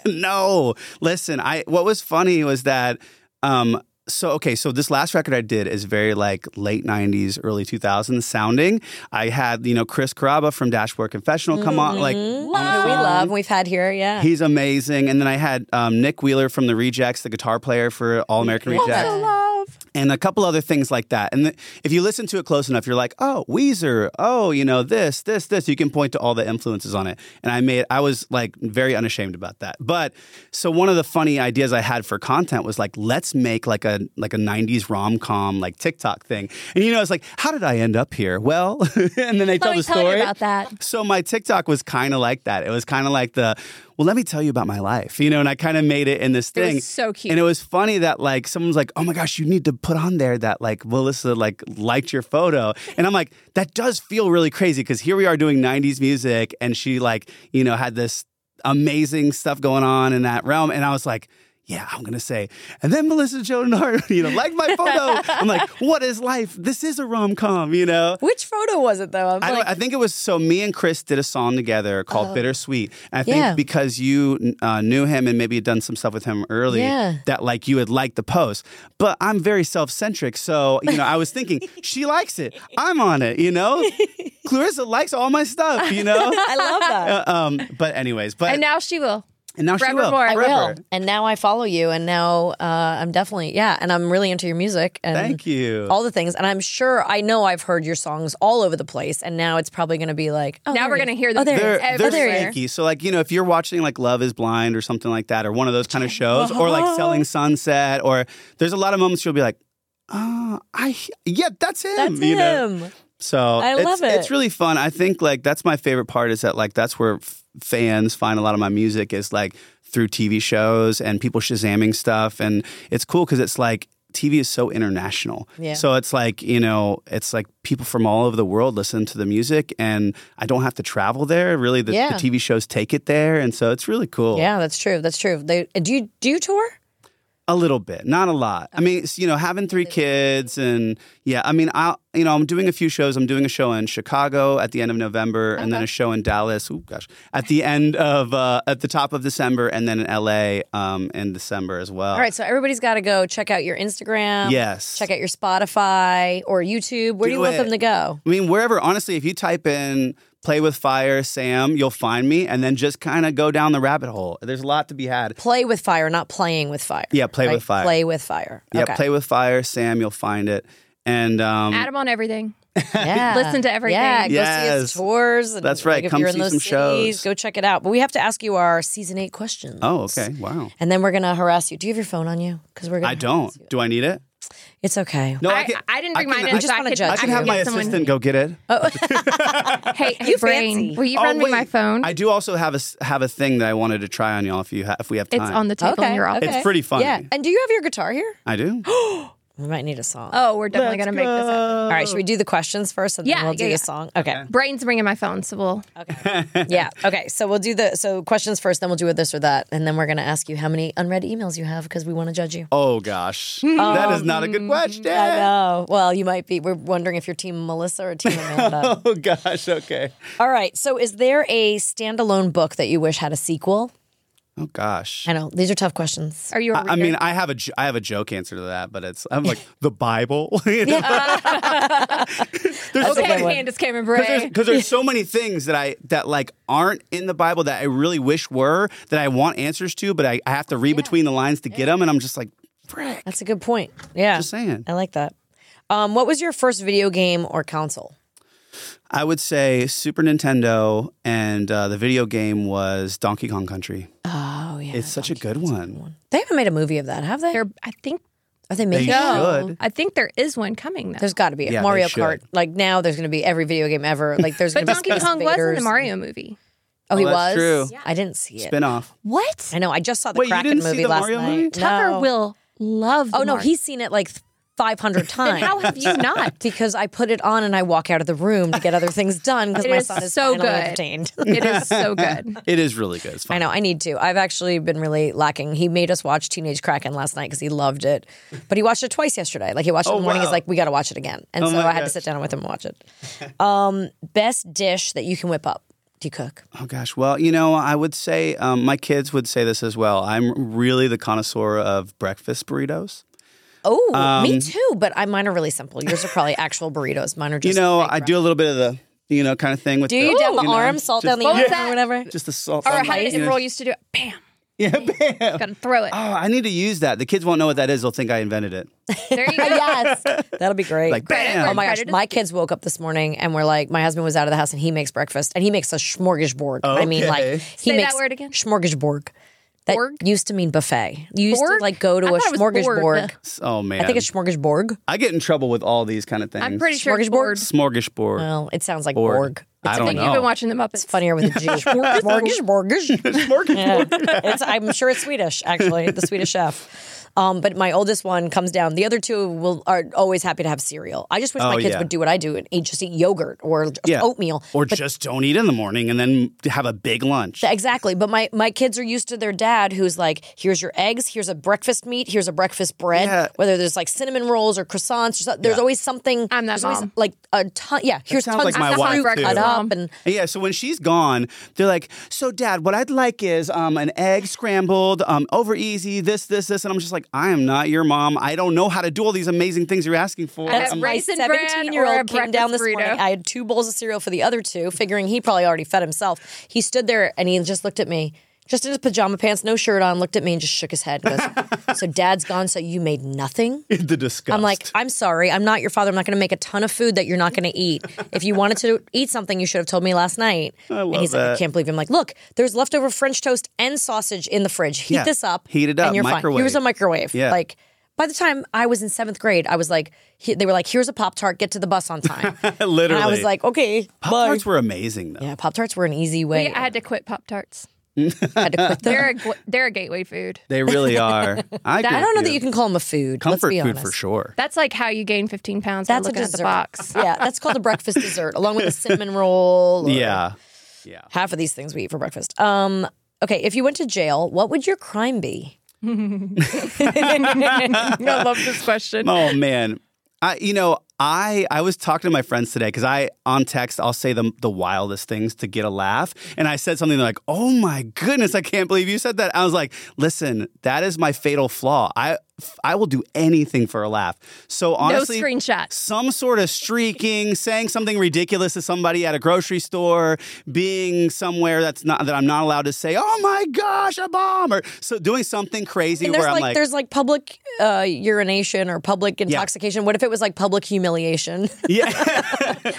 no, listen. I what was funny was that. Um, so okay, so this last record I did is very like late '90s, early 2000s sounding. I had you know Chris Caraba from Dashboard Confessional come on, like who we Mm-hmm. love, and we've had here, yeah. he's amazing. And then I had um, Nick Wheeler from the Rejects, the guitar player for All American Rejects Also love. and a couple other things like that. And th- if you listen to it close enough, you're like, oh, Weezer, oh, you know, this, this, this. You can point to all the influences on it. And I made, I was like very unashamed about that. But so one of the funny ideas I had for content was like, let's make like a like a '90s rom com like TikTok thing. And you know, it's like, how did I end up here? Well, and then they tell Let me the tell story you about that. so my TikTok was kind of like that. It was kind of like the, well, let me tell you about my life, you know. And I kind of made it in this It was thing. so cute. And it was funny that like someone's like, oh my gosh, you need to put on there that like Melissa like liked your photo, and I'm like, that does feel really crazy because here we are doing '90s music, and she like you know had this amazing stuff going on in that realm, and I was like. Yeah, I'm gonna say, and then Melissa Joan Hart, you know, like my photo. I'm like, what is life? This is a rom com, you know. Which photo was it though? I'm I, don't, like, Uh-huh. I think it was so. Me and Chris did a song together called "Bittersweet." And I think Yeah. because you uh, knew him and maybe had done some stuff with him early, Yeah. that like you had liked the post. But I'm very self centric, so you know I was thinking she likes it. I'm on it, you know. Clarissa likes all my stuff, you know. I love that. Uh, um, but anyways, but And now she will. and now she forever will. more. I I forever. will. And now I follow you, and now uh, I'm definitely yeah, and I'm really into your music. And Thank you. All the things, and I'm sure I know I've heard your songs all over the place, and now it's probably going to be like oh, Now there we're it is. gonna hear Oh, them there it they're, is. Everywhere. they're Oh, there it is. sneaky. So, like, you know, if you're watching like Love is Blind or something like that, or one of those kind of shows, or like Selling Sunset, or there's a lot of moments you'll be like, oh, I, yeah, that's him. That's you know? him. So I it's, love it. It's really fun. I think like that's my favorite part is that like that's where f- fans find a lot of my music is like through TV shows and people shazamming stuff, and it's cool because it's like TV is so international. Yeah. So it's like you know it's like people from all over the world listen to the music, and I don't have to travel there. Really, the, Yeah. the TV shows take it there, and so it's really cool. Uh, Yeah, that's true. That's true. They, uh, do you do you tour? A little bit, not a lot. I mean, it's, you know, having three kids and yeah, I mean, I'll you know, I'm doing a few shows. I'm doing a show in Chicago at the end of November, and then a show in Dallas. Oh gosh, at the end of uh, at the top of December, and then in LA um, in December as well. All right, so everybody's got to go check out your Instagram. Yes. Check out your Spotify or YouTube. Where do, you Do want it. them to go? I mean, wherever, honestly, if you type in play with fire, Sam, you'll find me and then just kind of go down the rabbit hole. There's a lot to be had. Play with fire, not playing with fire. Yeah, Play with right? Fire. Play with fire. Yeah, Okay. play with fire, Sam, you'll find it. And um, Adam on everything. Yeah. Listen to everything. Yeah, go see Yes. his tours. And, That's right. like, if Come you're in see those some cities, shows. Go check it out. But we have to ask you our season eight questions. oh, okay, wow. And then we're gonna harass you. Do you have your phone on you? Because we're gonna. I don't. Do I need it? It's okay. No, I, I didn't bring I can- mine I in. just so I wanna could, judge I I can can have my get someone- assistant go get it. Hey, hey brain, fancy. will you Oh, run me wait. my phone? I do also have a s- have a thing that I wanted to try on y'all if you ha- if we have time. it's on the table Okay. in your office. It's pretty funny. Yeah. And do you have your guitar here? I do. We might need a song. Oh, we're definitely going to make this happen. All right. Should we do the questions first, and Yeah, then we'll do yeah, the yeah. song? Okay. Brain's bringing my phone, so we'll. yeah. Okay. So we'll do the so questions first, then we'll do a this or that, and then we're gonna ask you how many unread emails you have because we want to judge you. Oh gosh, that is not a Um, good question. I know. Well, you might be. We're wondering if you're Team Melissa or Team Amanda. Oh gosh, okay. All right. So, is there a standalone book that you wish had a sequel? Oh gosh. I know these are tough questions. Are you? a I reader? mean, I have a j- I have a joke answer to that, but it's I'm like the Bible. you know? there's so a good many- one. okay, Candace Cameron Bray. Because there's, 'cause there's so many things that I that like aren't in the Bible that I really wish were that I want answers to, but I, I have to read between the lines to get them, and I'm just like, frick. That's a good point. Yeah. Just saying. I like that. Um, what was your first video game or console? I would say Super Nintendo, and uh, the video game was Donkey Kong Country. Oh yeah. It's such a good one. they haven't made a movie of that, have they? There- I think Are they making? They it? should. no. Good. I think there is one coming though. There's got to be a Yeah, Mario they should. Kart. Like now, there's going to be every video game ever. Like there's. but gonna be Donkey Space Kong was in the Invaders. Mario movie. Oh, he Oh, that's was. true. I didn't see it. Spin off. What? I know. I just saw the Wait, you Kraken didn't see movie the last Mario night. movie? Tucker No. will love. Oh no, Mario. he's seen it like 500 times. How have you not? Because I put it on and I walk out of the room to get other things done because It my is son is so finally good. entertained. It is so good. It is really good. It's fun. I know I need to. I've actually been really lacking. He made us watch Teenage Kraken last night because he loved it, but he watched it twice yesterday. Like he watched it in the morning. Oh, wow. Oh He's like, "We got to watch it again," and so I my had to gosh. sit down with him and watch it. Um, best dish that you can whip up? Do you cook? Oh gosh. Well, you know, I would say um, my kids would say this as well. I'm really the connoisseur of breakfast burritos. Oh, me too. But I, mine are really simple. Yours are probably actual burritos. Mine are Um, You just know, I do a little bit of the you know kind of thing with Do the, you down the know, arm, salt just, down the What arm, was or that? whatever? just the salt. Or on how my- did you know, Emerald used to do it? Bam. Yeah, bam. Gotta throw it. Oh, I need to use that. The kids won't know what that is. They'll think I invented it. There you go. yes, that'll be great. Like bam. Oh my gosh, Credit is my kids woke up this morning and were like, my husband was out of the house and he makes breakfast and he makes a smorgasbord. I mean, Okay. like he Say that makes word again. smorgasbord. That Borg? used to mean buffet. You used Borg? to like go to I a thought it was board. smorgasbord. Oh man. I think it's smorgasbord. I get in trouble with all these kind of things. I'm pretty sure Smorgasbord? it's board. smorgasbord. Well, it sounds like Borg. borg. I It's don't Like know. you've been watching the Muppets. funnier with a G. Smorgasbord. Yeah. It's, I'm sure it's Swedish, actually, the Swedish chef. Um, but my oldest one comes down. The other two will are always happy to have cereal. I just wish Oh, my kids yeah. would do what I do and eat, just eat yogurt or just Yeah. oatmeal. Or just don't eat in the morning and then have a big lunch. Exactly. But my, my kids are used to their dad who's like, here's your eggs, here's a breakfast meat, here's a breakfast bread. Yeah. Whether there's like cinnamon rolls or croissants, or something, there's always something. I'm that there's always, mom. Like a ton. Yeah, here's sounds tons like of my stuff wife, you too. cut up. And And yeah, so when she's gone, they're like, "So, Dad, what I'd like is um, an egg scrambled, um, over easy, this, this, this," and I'm just like, "I am not your mom. I don't know how to do all these amazing things you're asking for." That's I'm right. like, my raisin bran 17 year or a old came down this breakfast burrito. morning. I had two bowls of cereal for the other two, figuring he probably already fed himself. He stood there and he just looked at me, just in his pajama pants, no shirt on, looked at me and just shook his head. and Goes, so dad's gone, so you made nothing? the disgust. I'm like, I'm sorry, I'm not your father. I'm not going to make a ton of food that you're not going to eat. If you wanted to eat something, you should have told me last night. and love he's like, I that. can't believe. It. I'm like, look, there's leftover French toast and sausage in the fridge. Heat Yeah. this up. Heat it up. And you're fine. Microwave. Here's a microwave. Yeah. Like. By the time I was in seventh grade, I was like, he, they were like, "Here's a pop tart. Get to the bus on time." and literally. I was like, "Okay, Pop bye." tarts were amazing though. Yeah, pop tarts were an easy way. I had to quit Pop Tarts. I had to quit them. They're a gw- they're a gateway food. They really are. I, I agree don't know with that you can call them a food. comfort let's be food honest. for sure. That's like how you gain 15 pounds. That's by a looking dessert. at the box. yeah, that's called a breakfast dessert, along with a cinnamon roll. or- Yeah. Yeah. half of these things we eat for breakfast. Um, okay, if you went to jail, what would your crime be? I love this question. Oh man, I you know I I was talking to my friends today because I on text I'll say the the wildest things to get a laugh, and I said something they're like, "Oh my goodness, I can't believe you said that." I was like, "Listen, that is my fatal flaw. I I will do anything for a laugh." So honestly, no screenshots. some sort of streaking, saying something ridiculous to somebody at a grocery store, being somewhere that's not that I'm not allowed to say, "Oh my gosh, a bomb!" or so doing something crazy And where there's I'm like, like, there's like public uh, urination or public intoxication. What if it was like public humiliation? "Yeah."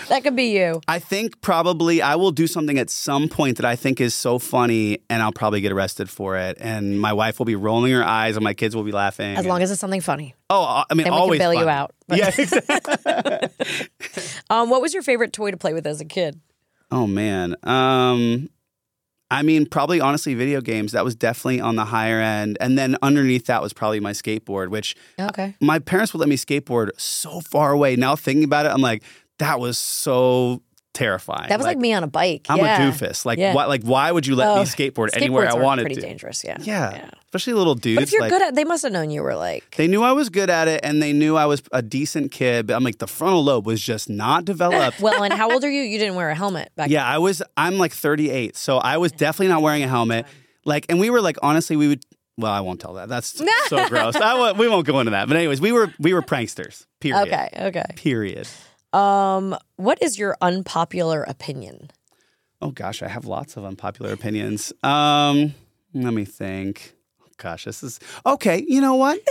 that could be you. I think probably I will do something at some point that I think is so funny, and I'll probably get arrested for it. And my wife will be rolling her eyes, and my kids will be laughing. As long as it's something funny, oh, I mean, then we always can bail you funny. out. But- Yeah. exactly. um, what was your favorite toy to play with as a kid? oh man. Um, I mean, probably honestly, video games. That was definitely on the higher end, and then underneath that was probably my skateboard, which Okay. my parents would let me skateboard so far away. Now thinking about it, I'm like, that was so terrifying. That was like, me on a bike. I'm yeah. a doofus. Like, Yeah. why? Like, why would you let me Oh, skateboard Skateboards anywhere I are wanted pretty to? dangerous, yeah. Yeah. Especially little dudes. But if you're like, good at, they must have known you were like. they knew I was good at it and they knew I was a decent kid, but I'm like the frontal lobe was just not developed. Well, and how old are you? You didn't wear a helmet back. yeah, I was I'm like 38, so I was definitely not wearing a helmet. Like and we were like honestly we would well, I won't tell that. That's so gross. I won't, we won't go into that. But anyways, we were we were pranksters. Period. Okay. Okay. Period. Um, what is your unpopular opinion? Oh gosh, I have lots of unpopular opinions. Um, let me think. Gosh, this is okay. You know what?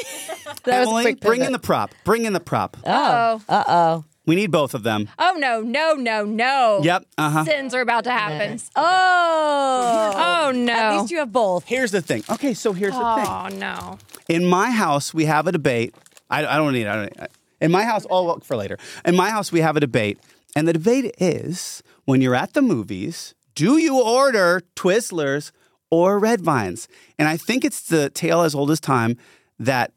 That was a Emily, quick bring in the pivot. prop. Bring in the prop. Oh. Uh oh. We need both of them. Oh no, no, no, no. Yep. Uh huh. Sins are about to happen. Oh. Oh no. At least you have both. Here's the thing. Okay, so here's the thing. Oh no. In my house, we have a debate. I, I don't need. I don't. In my house, all for later. In my house, we have a debate, and the debate is when you're at the movies, do you order Twizzlers or Red Vines? And I think it's the tale as old as time that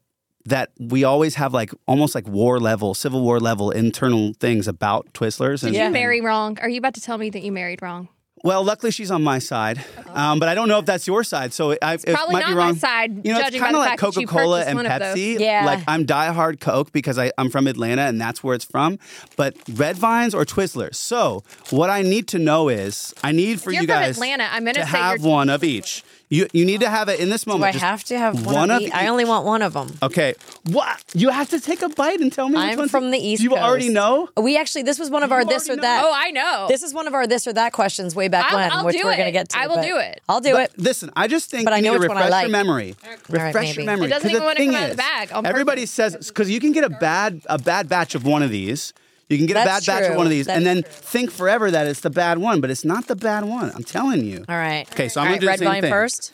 that we always have like almost like war level, civil war level internal things about Twizzlers. And, Did and- you marry wrong? Are you about to tell me that you married wrong? Well, luckily she's on my side, um, but I don't know if that's your side. So I it probably might not be my wrong. side, You know, it's judging by kind of like the fact that Coca you Cola purchased and one of those. Pepsi. Yeah. Like I'm diehard Coke because I, I'm from Atlanta and that's where it's from. But Red Vines or Twizzlers. So what I need to know is I need for You're you from guys Atlanta. I'm gonna to say have you're- one of each. You you need to have it in this Do moment. I Just have to have one, of, of each? I only want one of them. Okay. What? You have to take a bite and tell me. which I'm one's- from the East You already Coast. know. We actually, this was one of our this or already know. that. Oh, I know. Uh, This is one of our this or that questions way back I'll- when, I'll which do we're going to it. get to. I will but do it. I'll do it. Listen, I just think But you I know need to which one I refresh like. your memory. refresh maybe. your memory. It doesn't 'Cause even the wanna thing come out of the is, bag on Everybody says because you can get a bad a bad batch of one of these. You can get That's a bad batch of true. one of these, That and is then think forever that it's the bad one, but it's not the bad one. I'm telling you. All right. Okay, so I'm gonna All right, do the red same vine thing. first.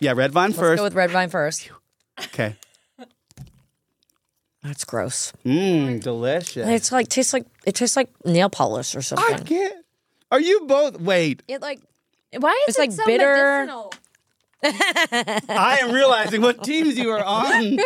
Yeah, red vine Let's first. go with red vine first. okay. That's gross. Mmm, delicious. It's like tastes like it tastes like nail polish or I something. can't. Are you both? Wait, It like Why is It's it like so bitter. medicinal? I am realizing what teams you are on.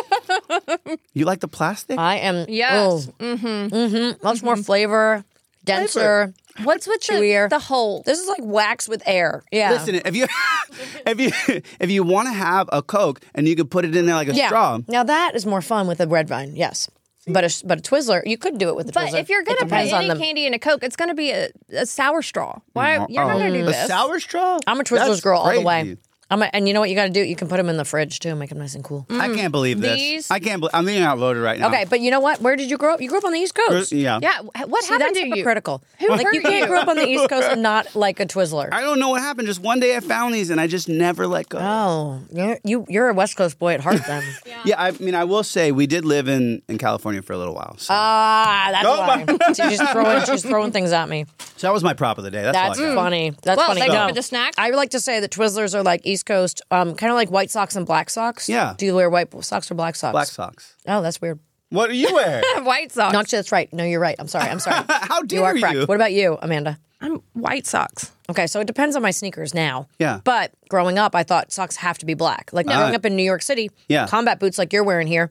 you like the plastic? I am. Yes. Mm-hmm. oh, much more flavor, denser. What's with the, Chewier. the whole? This is like wax with air. Yeah. Listen, if you if you if you want to have a Coke and you could put it in there like a yeah. straw, Now that is more fun with a red vine. Yes. But a but a Twizzler, you could do it with a Twizzler. But if you're It gonna put depends on any them. candy in a Coke, it's gonna be a, a sour straw. Why you're not gonna do a this? Oh. sour straw? I'm a Twizzlers That's girl all the way. crazy. I'm a, and you know what you got to do? You can put them in the fridge too, make them nice and cool. I can't believe this. These- I can't believe I'm being outvoted right now. Mm. Okay, but you know what? Where did you grow up? You grew up on the East Coast. Yeah. yeah. wh- What See, happened that's to you? hypocritical. Who like you hurt can't you? grow up on the East Coast and not like a Twizzler. I don't know what happened. Just one day I found these and I just never let go. oh, you're, you you're a West Coast boy at heart then. yeah. I mean, I will say we did live in, in California for a little while. So. Ah, that's Oh why. my- So you're just throwing she's throwing things at me. so that was my prop of the day. That's, That's mm. all I got. funny. That's Well, funny. thank you No. for the snack. I would like to say that Twizzlers are like East Coast, um, kind of like white socks and black socks. Yeah. Do you wear white socks or black socks? Black socks. Oh, that's weird. What do you wear? White socks. No, actually, that's right. No, you're right. I'm sorry. I'm sorry. How dare you are correct. you? What about you, Amanda? I'm white socks. Okay, so it depends on my sneakers now. Yeah. But growing up, I thought socks have to be black. Like growing up in New York City, Yeah. combat boots like you're wearing here,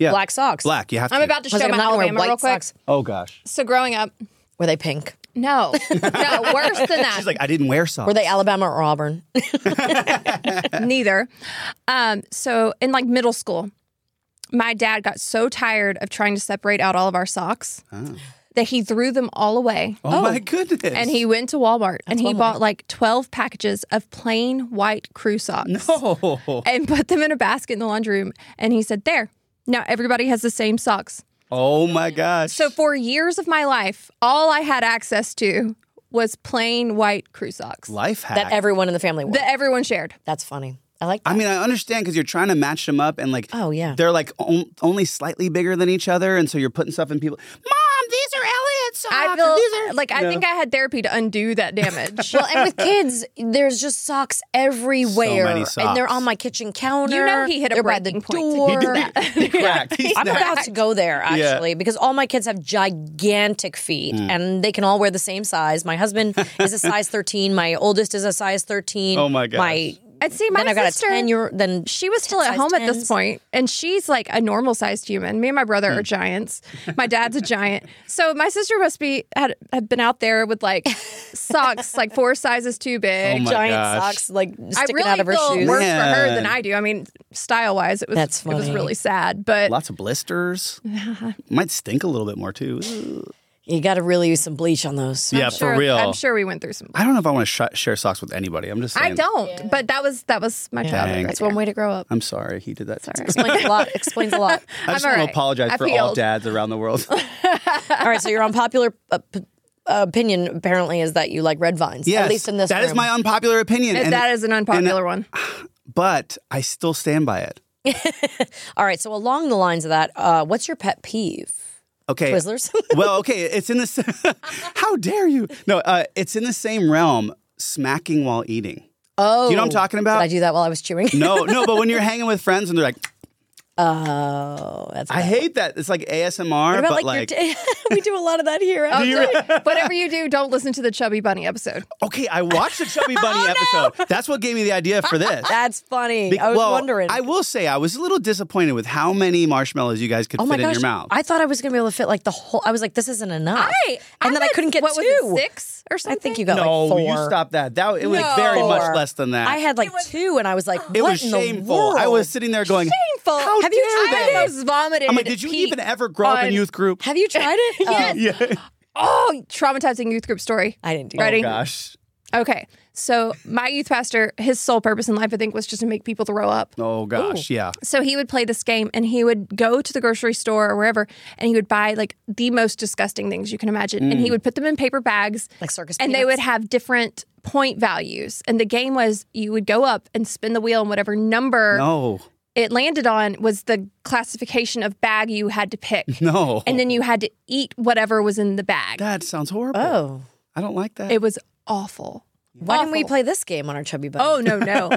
Yeah. black socks. Black. You have to. I'm about to I show was like, my I'm not wearing Alabama white real quick. socks. Oh gosh. So growing up, Were they pink? no, no, worse than that. She's like, I didn't wear socks. Were they Alabama or Auburn? Neither. Um, so in like middle school, my dad got so tired of trying to separate out all of our socks that he threw them all away. Oh, my goodness. And he went to Walmart and he Walmart. bought like 12 packages of plain white crew socks Oh, and put them in a basket in the laundry room. And he said, There, now everybody has the same socks. oh my gosh. So for years of my life, all I had access to was plain white crew socks life hack. that everyone in the family wore. that everyone shared. That's funny. I like that. I mean, I understand because you're trying to match them up, and like, Oh, yeah. they're like on, only slightly bigger than each other, and so you're putting stuff in people. Mom, these are Elliot's socks. I these feel are like I No. think I had therapy to undo that damage. well, and with kids, there's just socks everywhere, many and they're socks. on my kitchen counter. You know he hit a They're by the breaking point to door. do He cracked. He I'm snapped. about to go there actually because all my kids have gigantic feet Mm. and they can all wear the same size. My husband is a size 13. My oldest is a size 13. Oh, my gosh. Oh My and see, my then I got sister, a 10 year then she was still at size home at 10s. this point, and she's like a normal sized human. Me and my brother are giants. My dad's a giant, so my sister must be had, had been out there with like socks like four sizes too big. Oh my giant gosh. socks like sticking I really out of her feel shoes. worse for her Man. than I do. I mean, style wise, it was That's it was funny. really sad, but Lots of blisters. Might stink a little bit more too. You got to really use some bleach on those. yeah, sure- for real. I'm sure we went through some. I don't know if I want to sh- share socks with anybody. I'm just. Saying. I don't, but that was that was my childhood. Dang. That's one way to grow up. I'm sorry. He did that. to me. Explains a lot. Explains a lot. I just want I'm all to right. apologize I for all peeled. dads around the world. All right, so your unpopular uh, p- opinion apparently is that you like red vines. yes, at least in this. That is room. my unpopular opinion. and- that is an unpopular one. but I still stand by it. All right, so along the lines of that, uh, what's your pet peeve? Okay. Twizzlers. well, okay, it's in this. how dare you? No, uh, it's in the same realm. Smacking while eating. oh, you know what I'm talking about? Did I do that while I was chewing? No, no, but when you're hanging with friends and they're like, Oh, that's. I hate that. It's like ASMR, What about but like, your t- we do a lot of that here. Oh, Whatever you do, don't listen to the Chubby Bunny episode. okay, I watched the Chubby Bunny episode. That's what gave me the idea for this. That's funny. Be- Oh, I was well, wondering. I will say I was a little disappointed with how many marshmallows you guys could oh fit my in gosh! your mouth. I thought I was gonna be able to fit like the whole. I was like, this isn't enough. Hey, and then I had- couldn't get what two. Was it, six or I something. think you got no, like four. you stopped that. That it was very Four. much less than that. I had like two, and I was like, it what was in shameful. the world? I was sitting there going, Shameful. How Have you dare tried they? I almost vomited. I'm like, did you Pete even ever grow up on- in youth group? Have you tried it? yes. yeah. Oh, traumatizing youth group story. I didn't do Ready? Oh gosh. Okay, so my youth pastor, his sole purpose in life, I think, was just to make people throw up. Oh gosh. Yeah. So he would play this game, and he would go to the grocery store or wherever, and he would buy like the most disgusting things you can imagine, and Mm. he would put them in paper bags, Like circus and they peanuts? would have different point values. And the game was you would go up and spin the wheel, and whatever number No. it landed on was the classification of bag you had to pick. No. And then you had to eat whatever was in the bag. that sounds horrible. it. Oh, I don't like that. It was awful. why didn't we Awful. play this game on our chubby bunny? Oh no, no.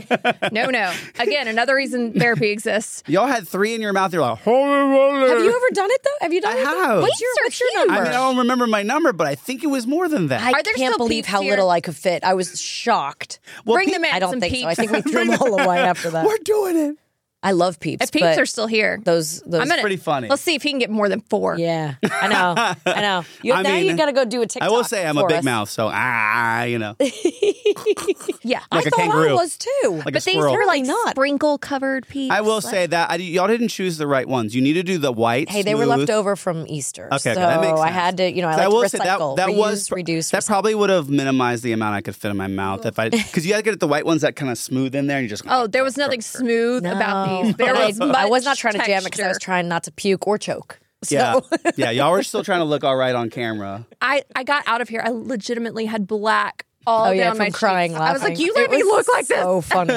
no, no. Again, another reason therapy exists. Y'all had three in your mouth. You're like, holy have you ever done it though? Have you done I it? have. What's your, Sir, what's your cute. number? I mean, I don't remember my number, but I think it was more than that. I Are there can't still believe peeps how here? little I could fit. I was shocked. Bring them in. I don't some think peeps. so. I think we threw them all away after that. We're doing it. I love peeps. if peeps but are still here. those those. I'm gonna, pretty funny. Let's see if he can get more than four. yeah, I know. I know. You, I now mean, you got to go do a TikTok. I will say I'm a for big us. mouth, so ah, you know, like Yeah. a I thought kangaroo, I was too. like a but these squirrel. are like Why not? sprinkle covered peeps. I will Like- say that I, y'all didn't choose the right ones. You need to do the white. Hey, they were smooth. left over from Easter. Okay, okay, so that makes I sense. had to, you know, I So like will to say that recycle. that reuse, was reduce. That recycle. probably would have minimized the amount I could fit in my mouth if I because you had to get the white ones that kind of smooth in there and you just Oh, there was nothing smooth about these. There I, was much I was not trying to jam it because I was texture. trying not to puke or choke. yeah yeah y'all were still trying to look all right on camera. I, I got out of here. I legitimately had black Oh all down yeah, my from cheeks. crying laughing. I was like, you It let me was look like this. So funny.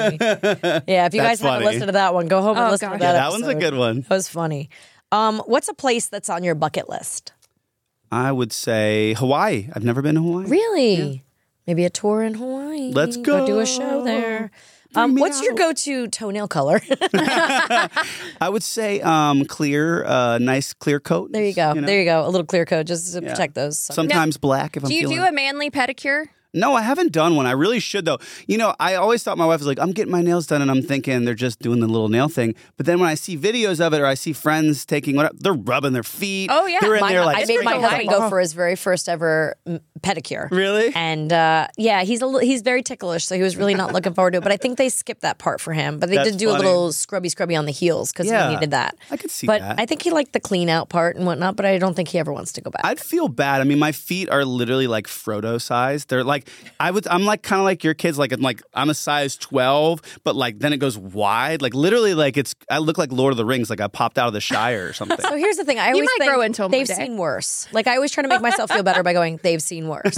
yeah, if you That's guys haven't funny. listened to that one, go home and Oh, listen to gosh. that. Yeah, that one's a episode. good one. That was funny. Um, what's a place that's on your bucket list? I would say Hawaii. I've never been to Hawaii. Really? Maybe a tour in Hawaii. Let's do a go. show there. Um, me what's your out. go-to toenail color? I would say um, clear, uh, nice clear coat. there you go. There you go. A little clear coat just to protect those. Sometimes black if I'm Do you feeling. do a manly pedicure? No, I haven't done one. I really should though. You know, I always thought my wife was like, "I'm getting my nails done," and I'm thinking they're just doing the little nail thing. But then when I see videos of it, or I see friends taking what they're rubbing their feet. Oh, yeah. they're in My- there like I made my sprinkling- husband go for his very first ever mm, pedicure. Really? And uh, yeah, he's a li- he's very ticklish, so he was really not looking forward to it. But I think they skipped that part for him. But they That's did do funny. a little scrubby scrubby on the heels because Yeah. he needed that. I could see but that. I think he liked the clean out part and whatnot. But I don't think he ever wants to go back. I'd feel bad. I mean, my feet are literally like Frodo sized. They're like I would. I'm like kind of like your kids. Like I'm like I'm a size twelve, but like then it goes wide. Like literally, like it's I look like Lord of the Rings. Like I popped out of the Shire or something. so here's the thing: I always might think grow into 'em one they've day. seen worse. Like I always try to make myself feel better by going, "They've seen worse.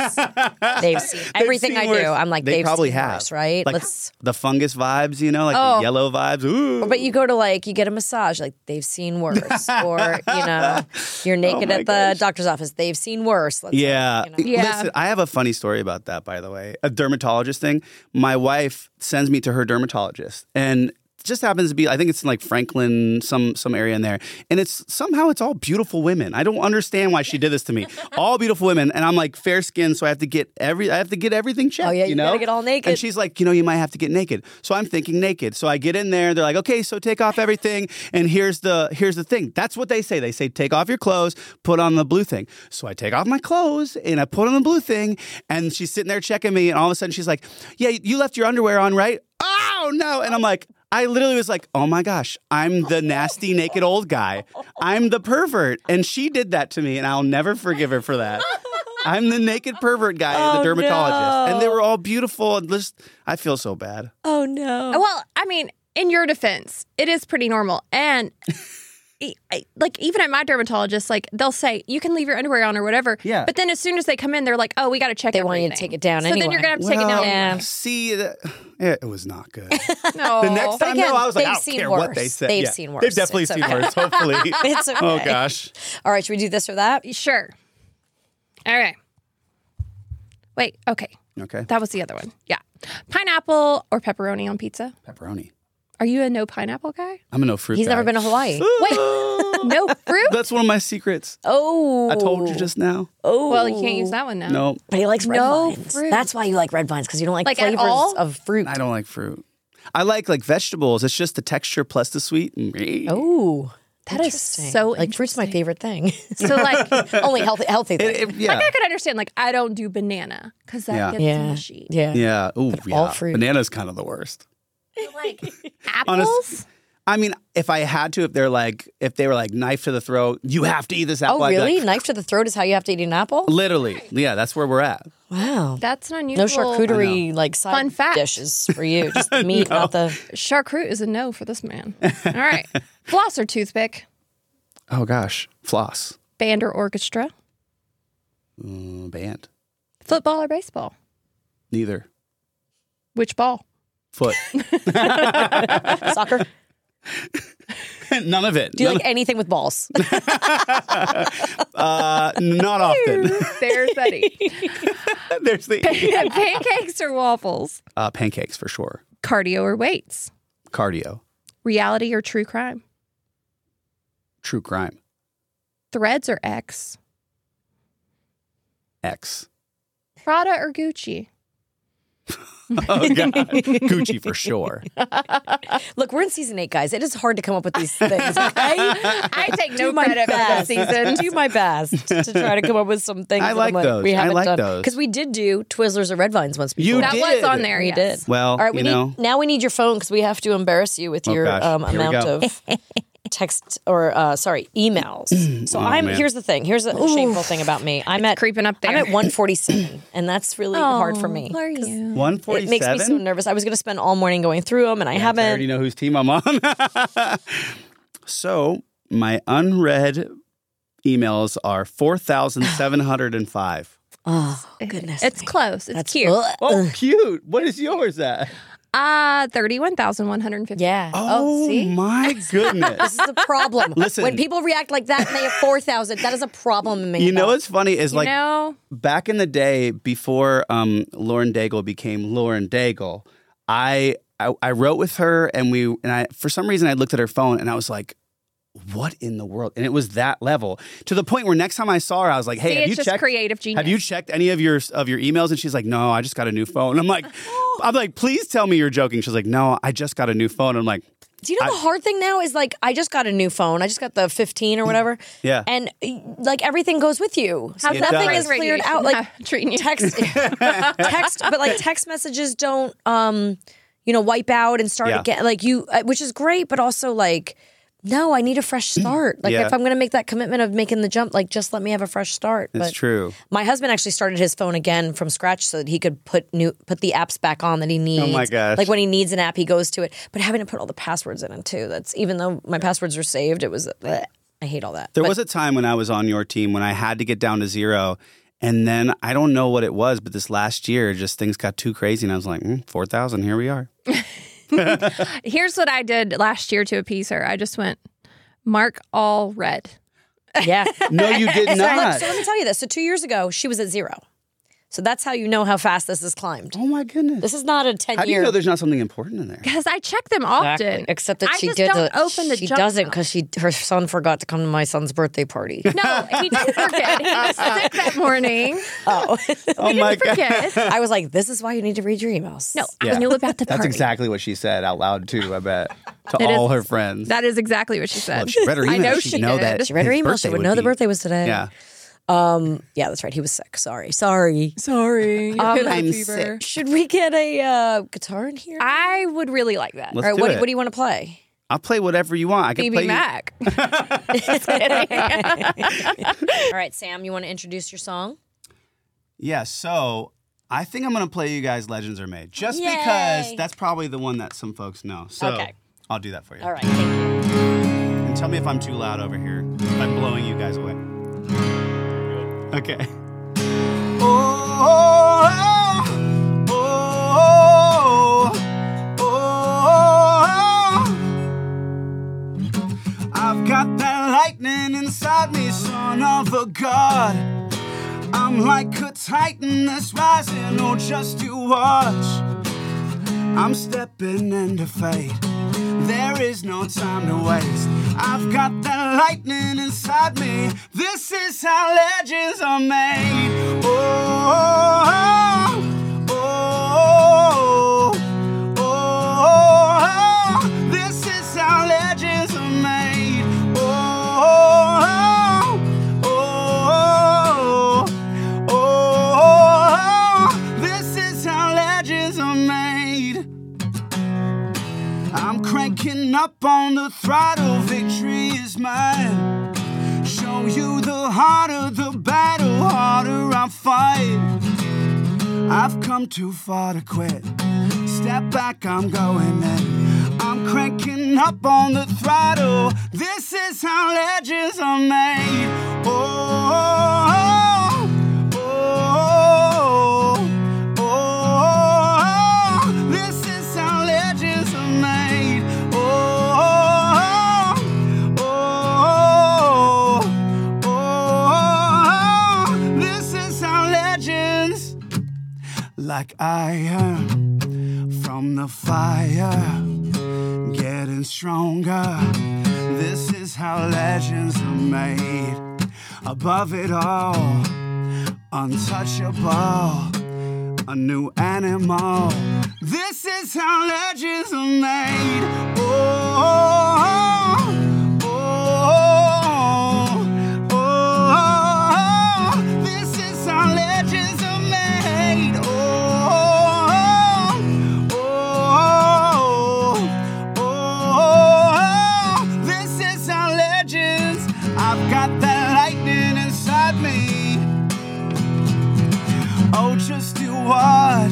They've seen everything seen I do." worse. I'm like, they "They've probably seen have, worse, right?" Like Let's. the fungus vibes, you know, like Oh. the yellow vibes. Ooh. But you go to like you get a massage, like they've seen worse, or you know, you're Oh naked my at the doctor's office, they've seen worse. Let's Yeah. Yeah. Listen, I have a funny story about that, by the way. A dermatologist thing. My wife sends me to her dermatologist and it just happens to be I think it's in like Franklin, some some area in there. And it's somehow it's all beautiful women. I don't understand why she did this to me. all beautiful women. And I'm like fair skinned, so I have to get every I have to get everything checked. Oh, yeah, you you know? gotta get all naked. And she's like, you know, you might have to get naked. So I'm thinking naked. So I get in there, they're like, okay, so take off everything. And here's the here's the thing. That's what they say. They say take off your clothes, put on the blue thing. So I take off my clothes and I put on the blue thing. And she's sitting there checking me, and all of a sudden she's like, Yeah, you left your underwear on, right? Oh no. And I'm like, I literally was like, oh my gosh, I'm the nasty naked old guy. I'm the pervert. And she did that to me, and I'll never forgive her for that. I'm the naked pervert guy, and the Oh, dermatologist. And they no. were all beautiful. And just, I feel so bad. Oh no. Well, I mean, in your defense, it is pretty normal. And e- I- like even at my dermatologist, like they'll say you can leave your underwear on or whatever. Yeah. But then as soon as they come in, they're like, oh, we got to check. They want you to everything. take it down So then anyway. you're gonna have to take it down. Yeah. see, that- yeah, it was not good. The anyway. No. next time, again, though, I was like, I they've don't seen care what worse. they said. They've Yeah. seen worse. They've definitely It's seen okay. worse. Hopefully. it's okay. Oh gosh. All right, should we do this or that? Sure. All right. Wait. Okay. Okay. That was the other one. Yeah. Pineapple or pepperoni on pizza? Pepperoni. Are you a no pineapple guy? I'm a no fruit. He's never guy. been to Hawaii. Wait. No fruit? That's one of my secrets. Oh, I told you just now. Oh, well, you can't use that one now. No, But he likes red No vines. fruit. That's why you like red vines because you don't like, Like, at flavors all? of fruit. I don't like fruit. I like like vegetables. It's just the texture plus the sweet. Oh, that is Interesting. so. Like, Like fruit's my favorite thing. So like Only healthy, healthy It- thing. it- yeah. I could understand. Like I don't do banana because that Yeah. gets Yeah. mushy. yeah. Yeah. Ooh, yeah. all fruit. Banana's kind of the worst. Apples. Oh, Honest- I mean, if I had to, if they're like, if they were like knife to the throat, you have to eat this apple. Oh, I'd be like, really? Knife to the throat is how you have to eat an apple? Literally. Yeah, that's where we're at. Wow. That's an unusual. No charcuterie like side Fun fact. dishes for you. Just the meat, not the. Charcuterie is a no for this man. All right. Floss or toothpick. Oh gosh, floss Band or orchestra. Mm, band. Football or baseball. Neither Which ball? foot. Soccer? None of it. Do you None like anything with balls? of- uh, not often. There's Betty. There's the Pancakes or waffles. uh, pancakes for sure. Cardio or weights. Cardio, Reality or true crime. true crime. Threads or X. X. Prada or Gucci. Oh god, Gucci for sure. Look, we're in season eight, guys. It is hard to come up with these things, okay? I take Do my best. Do my best to try to come up with some things. I that like I'm those. We I haven't like done. those. Because we did do Twizzlers or Red Vines once before. You That did. was on there. We yes. did. Well, All right, we you need know, now. We need your phone because we have to embarrass you with Oh, your gosh. um, Here we amount go. of text or uh, sorry emails. So Oh, I'm man. here's the thing. Here's the shameful thing about me. I'm at creeping up there. Oh, I'm at 147, and that's really hard for me. Are you? one It makes me so forty-seven. nervous. I was going to spend all morning going through them, and I I haven't. already know whose team I'm on. so my unread emails are four thousand seven hundred and five. Oh goodness, It's me. close. It's cute. Ugh. Oh, cute. What is yours at? Uh, 31,150. Yeah. Oh, see? my goodness. This is a problem. Listen. when people react like that and they have 4,000, that is a problem in you know Manhattan. what's funny is You like know, back in the day before um, Lauren Daigle became Lauren Daigle, I, I I wrote with her and we and I for some reason I looked at her phone and I was like, what in the world? And it was that level to the point where next time I saw her, I was like, hey, See, have it's you just checked? creative genius. Have you checked any of your of your emails? And she's like, no, I just got a new phone. I'm like, I'm like, please tell me you're joking. She's like, no, I just got a new phone. I'm like, Do you know the hard thing now is like I just got a new phone. I just got the 15 or whatever. Mm. Yeah. And like everything goes with you. So How's that nothing brain is cleared radiation out. Like treating you? text text but like text messages don't um you know wipe out and start Yeah. again like you uh, which is great but also like no i need a fresh start like Yeah. if i'm going to make that commitment of making the jump like just let me have a fresh start it's but true. my husband actually started his phone again from scratch so that he could put new put the apps back on that he needs. Oh my gosh. Like when he needs an app, he goes to it. But having to put all the passwords in it too. That's even though my passwords are saved, it was bleh, I hate all that. There But was a time when I was on your team when I had to get down to zero. And then I don't know what it was, but this last year, just things got too crazy. And I was like, mm, 4,000, here we are. Here's what I did last year to appease her. I just went mark all red. yeah. No, you did So let, not. so let me tell you this. So two years ago, she was at zero. So that's how you know how fast this has climbed. Oh my goodness. This is not a ten How do you year. know there's not something important in there? Because I check them often. Except that I she just did don't the, open the she junk doesn't mail. because she her son forgot to come to my son's birthday party. No, he didn't forget. He was sick that morning. Oh, Oh my God. Forget. I was like, this is why you need to read your emails. No, Yeah. I knew about the party. That's exactly what she said out loud, too, I bet, to It is- all her friends. That is exactly what she said. Well, if she read her I know email. she She'd know did. that. She read her his email. She birthday would know the be- birthday was today. Yeah. Yeah, that's right. He was sick. Sorry. Sorry. Sorry, you could have I'm fever. Should we get a uh, guitar in here? I would really like that. Let's All right, do what, it. what do you want to play? I'll play whatever you want. I can play BB you- Mac. All right, Sam, you want to introduce your song? Yeah, so I think I'm going to play you guys Legends Are Made just Yay. because that's probably the one that some folks know. So Okay. I'll do that for you. All right, thank you. And tell me if I'm too loud over here, if I'm blowing you guys away. Okay. Oh, oh, oh, oh, oh. I've got that lightning inside me, son of a god. I'm like a titan that's rising, oh, just you watch. I'm stepping into fate. There is no time to waste. I've got that lightning inside me. This is how legends are made. Oh, oh, oh, oh, this is how legends are made. Oh, oh, oh, oh, this is how legends are made. I'm cranking up on the throttle, victory is mine. Show you the harder the battle, harder I fight. I've come too far to quit. Step back, I'm going in. I'm cranking up on the throttle. This is how legends are made. Oh, oh, oh, oh, oh. this is how legends are made. Oh, oh, oh, oh, oh. this is how legends like iron from the fire, getting stronger. This is how legends are made. Above it all, untouchable, a new animal. This is how legends are made. Oh, oh, oh, oh, oh, this is how legends are made. Oh, oh, oh, oh, this is how legends. I've got that lightning inside me. Oh, just to watch.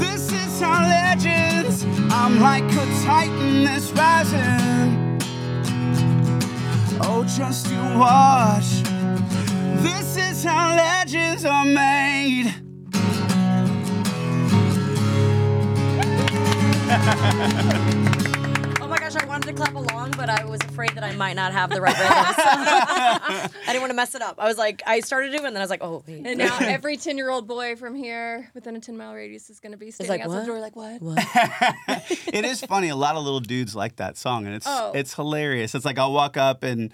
This is how legends. I'm like a titan that's rising. Oh, just you watch. This is how legends are made. Oh my gosh, gosh, I wanted to clap along, but I was afraid that I might not have the right rhythm. So I didn't want to mess it up. I was like, I started doing, it, and then I was like, oh, wait. And now every 10 year old boy from here within a 10 mile radius is going to be standing like, outside "What? the door, like, what? it is funny. A lot of little dudes like that song, and it's Oh. it's hilarious. It's like I'll walk up and.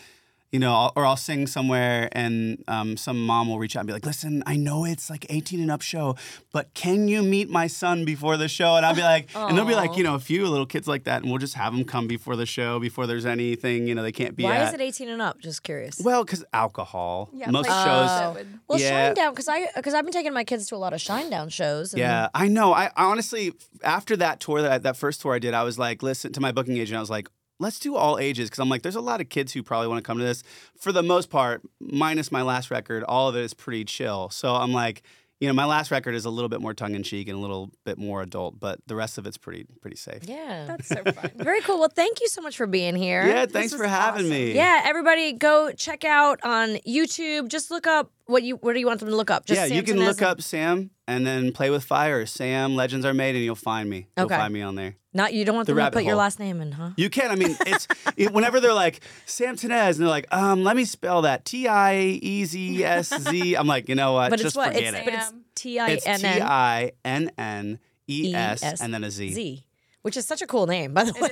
You know, I'll, or I'll sing somewhere, and um, some mom will reach out and be like, "Listen, I know it's like 18 and up show, but can you meet my son before the show?" And I'll be like, and they'll be like, you know, a few little kids like that, and we'll just have them come before the show, before there's anything, you know, they can't be Why at. is it 18 and up? Just curious. well, because alcohol. Yeah, Most like- shows. that would- Well, Yeah. Shine Down, because I because I've been taking my kids to a lot of Shine Down shows. and- Yeah, I know. I, I honestly, after that tour, that that first tour I did, I was like, listen to my booking agent. I was like, let's do all ages because I'm like, there's a lot of kids who probably want to come to this. For the most part, minus my last record, all of it is pretty chill. So I'm like, you know, my last record is a little bit more tongue in cheek and a little bit more adult, but the rest of it's pretty pretty safe. yeah. That's so fun. Very cool. Well, thank you so much for being here. Yeah, thanks was for having awesome. me. Yeah, everybody go check out on YouTube. Just look up what you what do you want them to look up? Just yeah, you Sam can Tenez look and- up Sam and then play with fire. Sam Legends Are Made, and you'll find me. You'll Okay. find me on there. Not you don't want The them to rabbit put your hole. last name in, huh? You can. I mean, it's it, whenever they're like Sam Tenez, and they're like, um, let me spell that T I E Z S Z. I'm like, you know what? but Uh, Just it's what forget it's it. but it's Sam. T I It's N T N I N N E S E S and then a Z. Z, which is such a cool name, by the way.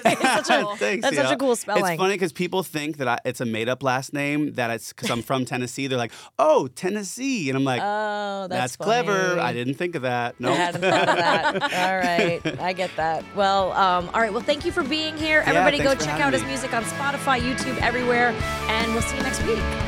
It's such a- Thanks, that's such yeah. a cool spelling. E It's funny because people think that I, it's a made up last name, that it's because I'm from Tennessee. They're like, oh, Tennessee. And I'm like, Oh, that's, that's, clever. funny. I didn't think of that. I No. hadn't thought of that. All right, I get that. Well, um, all right. Well, thank you for being here. Everybody, go thanks for check having out his me. music on Spotify, YouTube, everywhere, and we'll see you next week.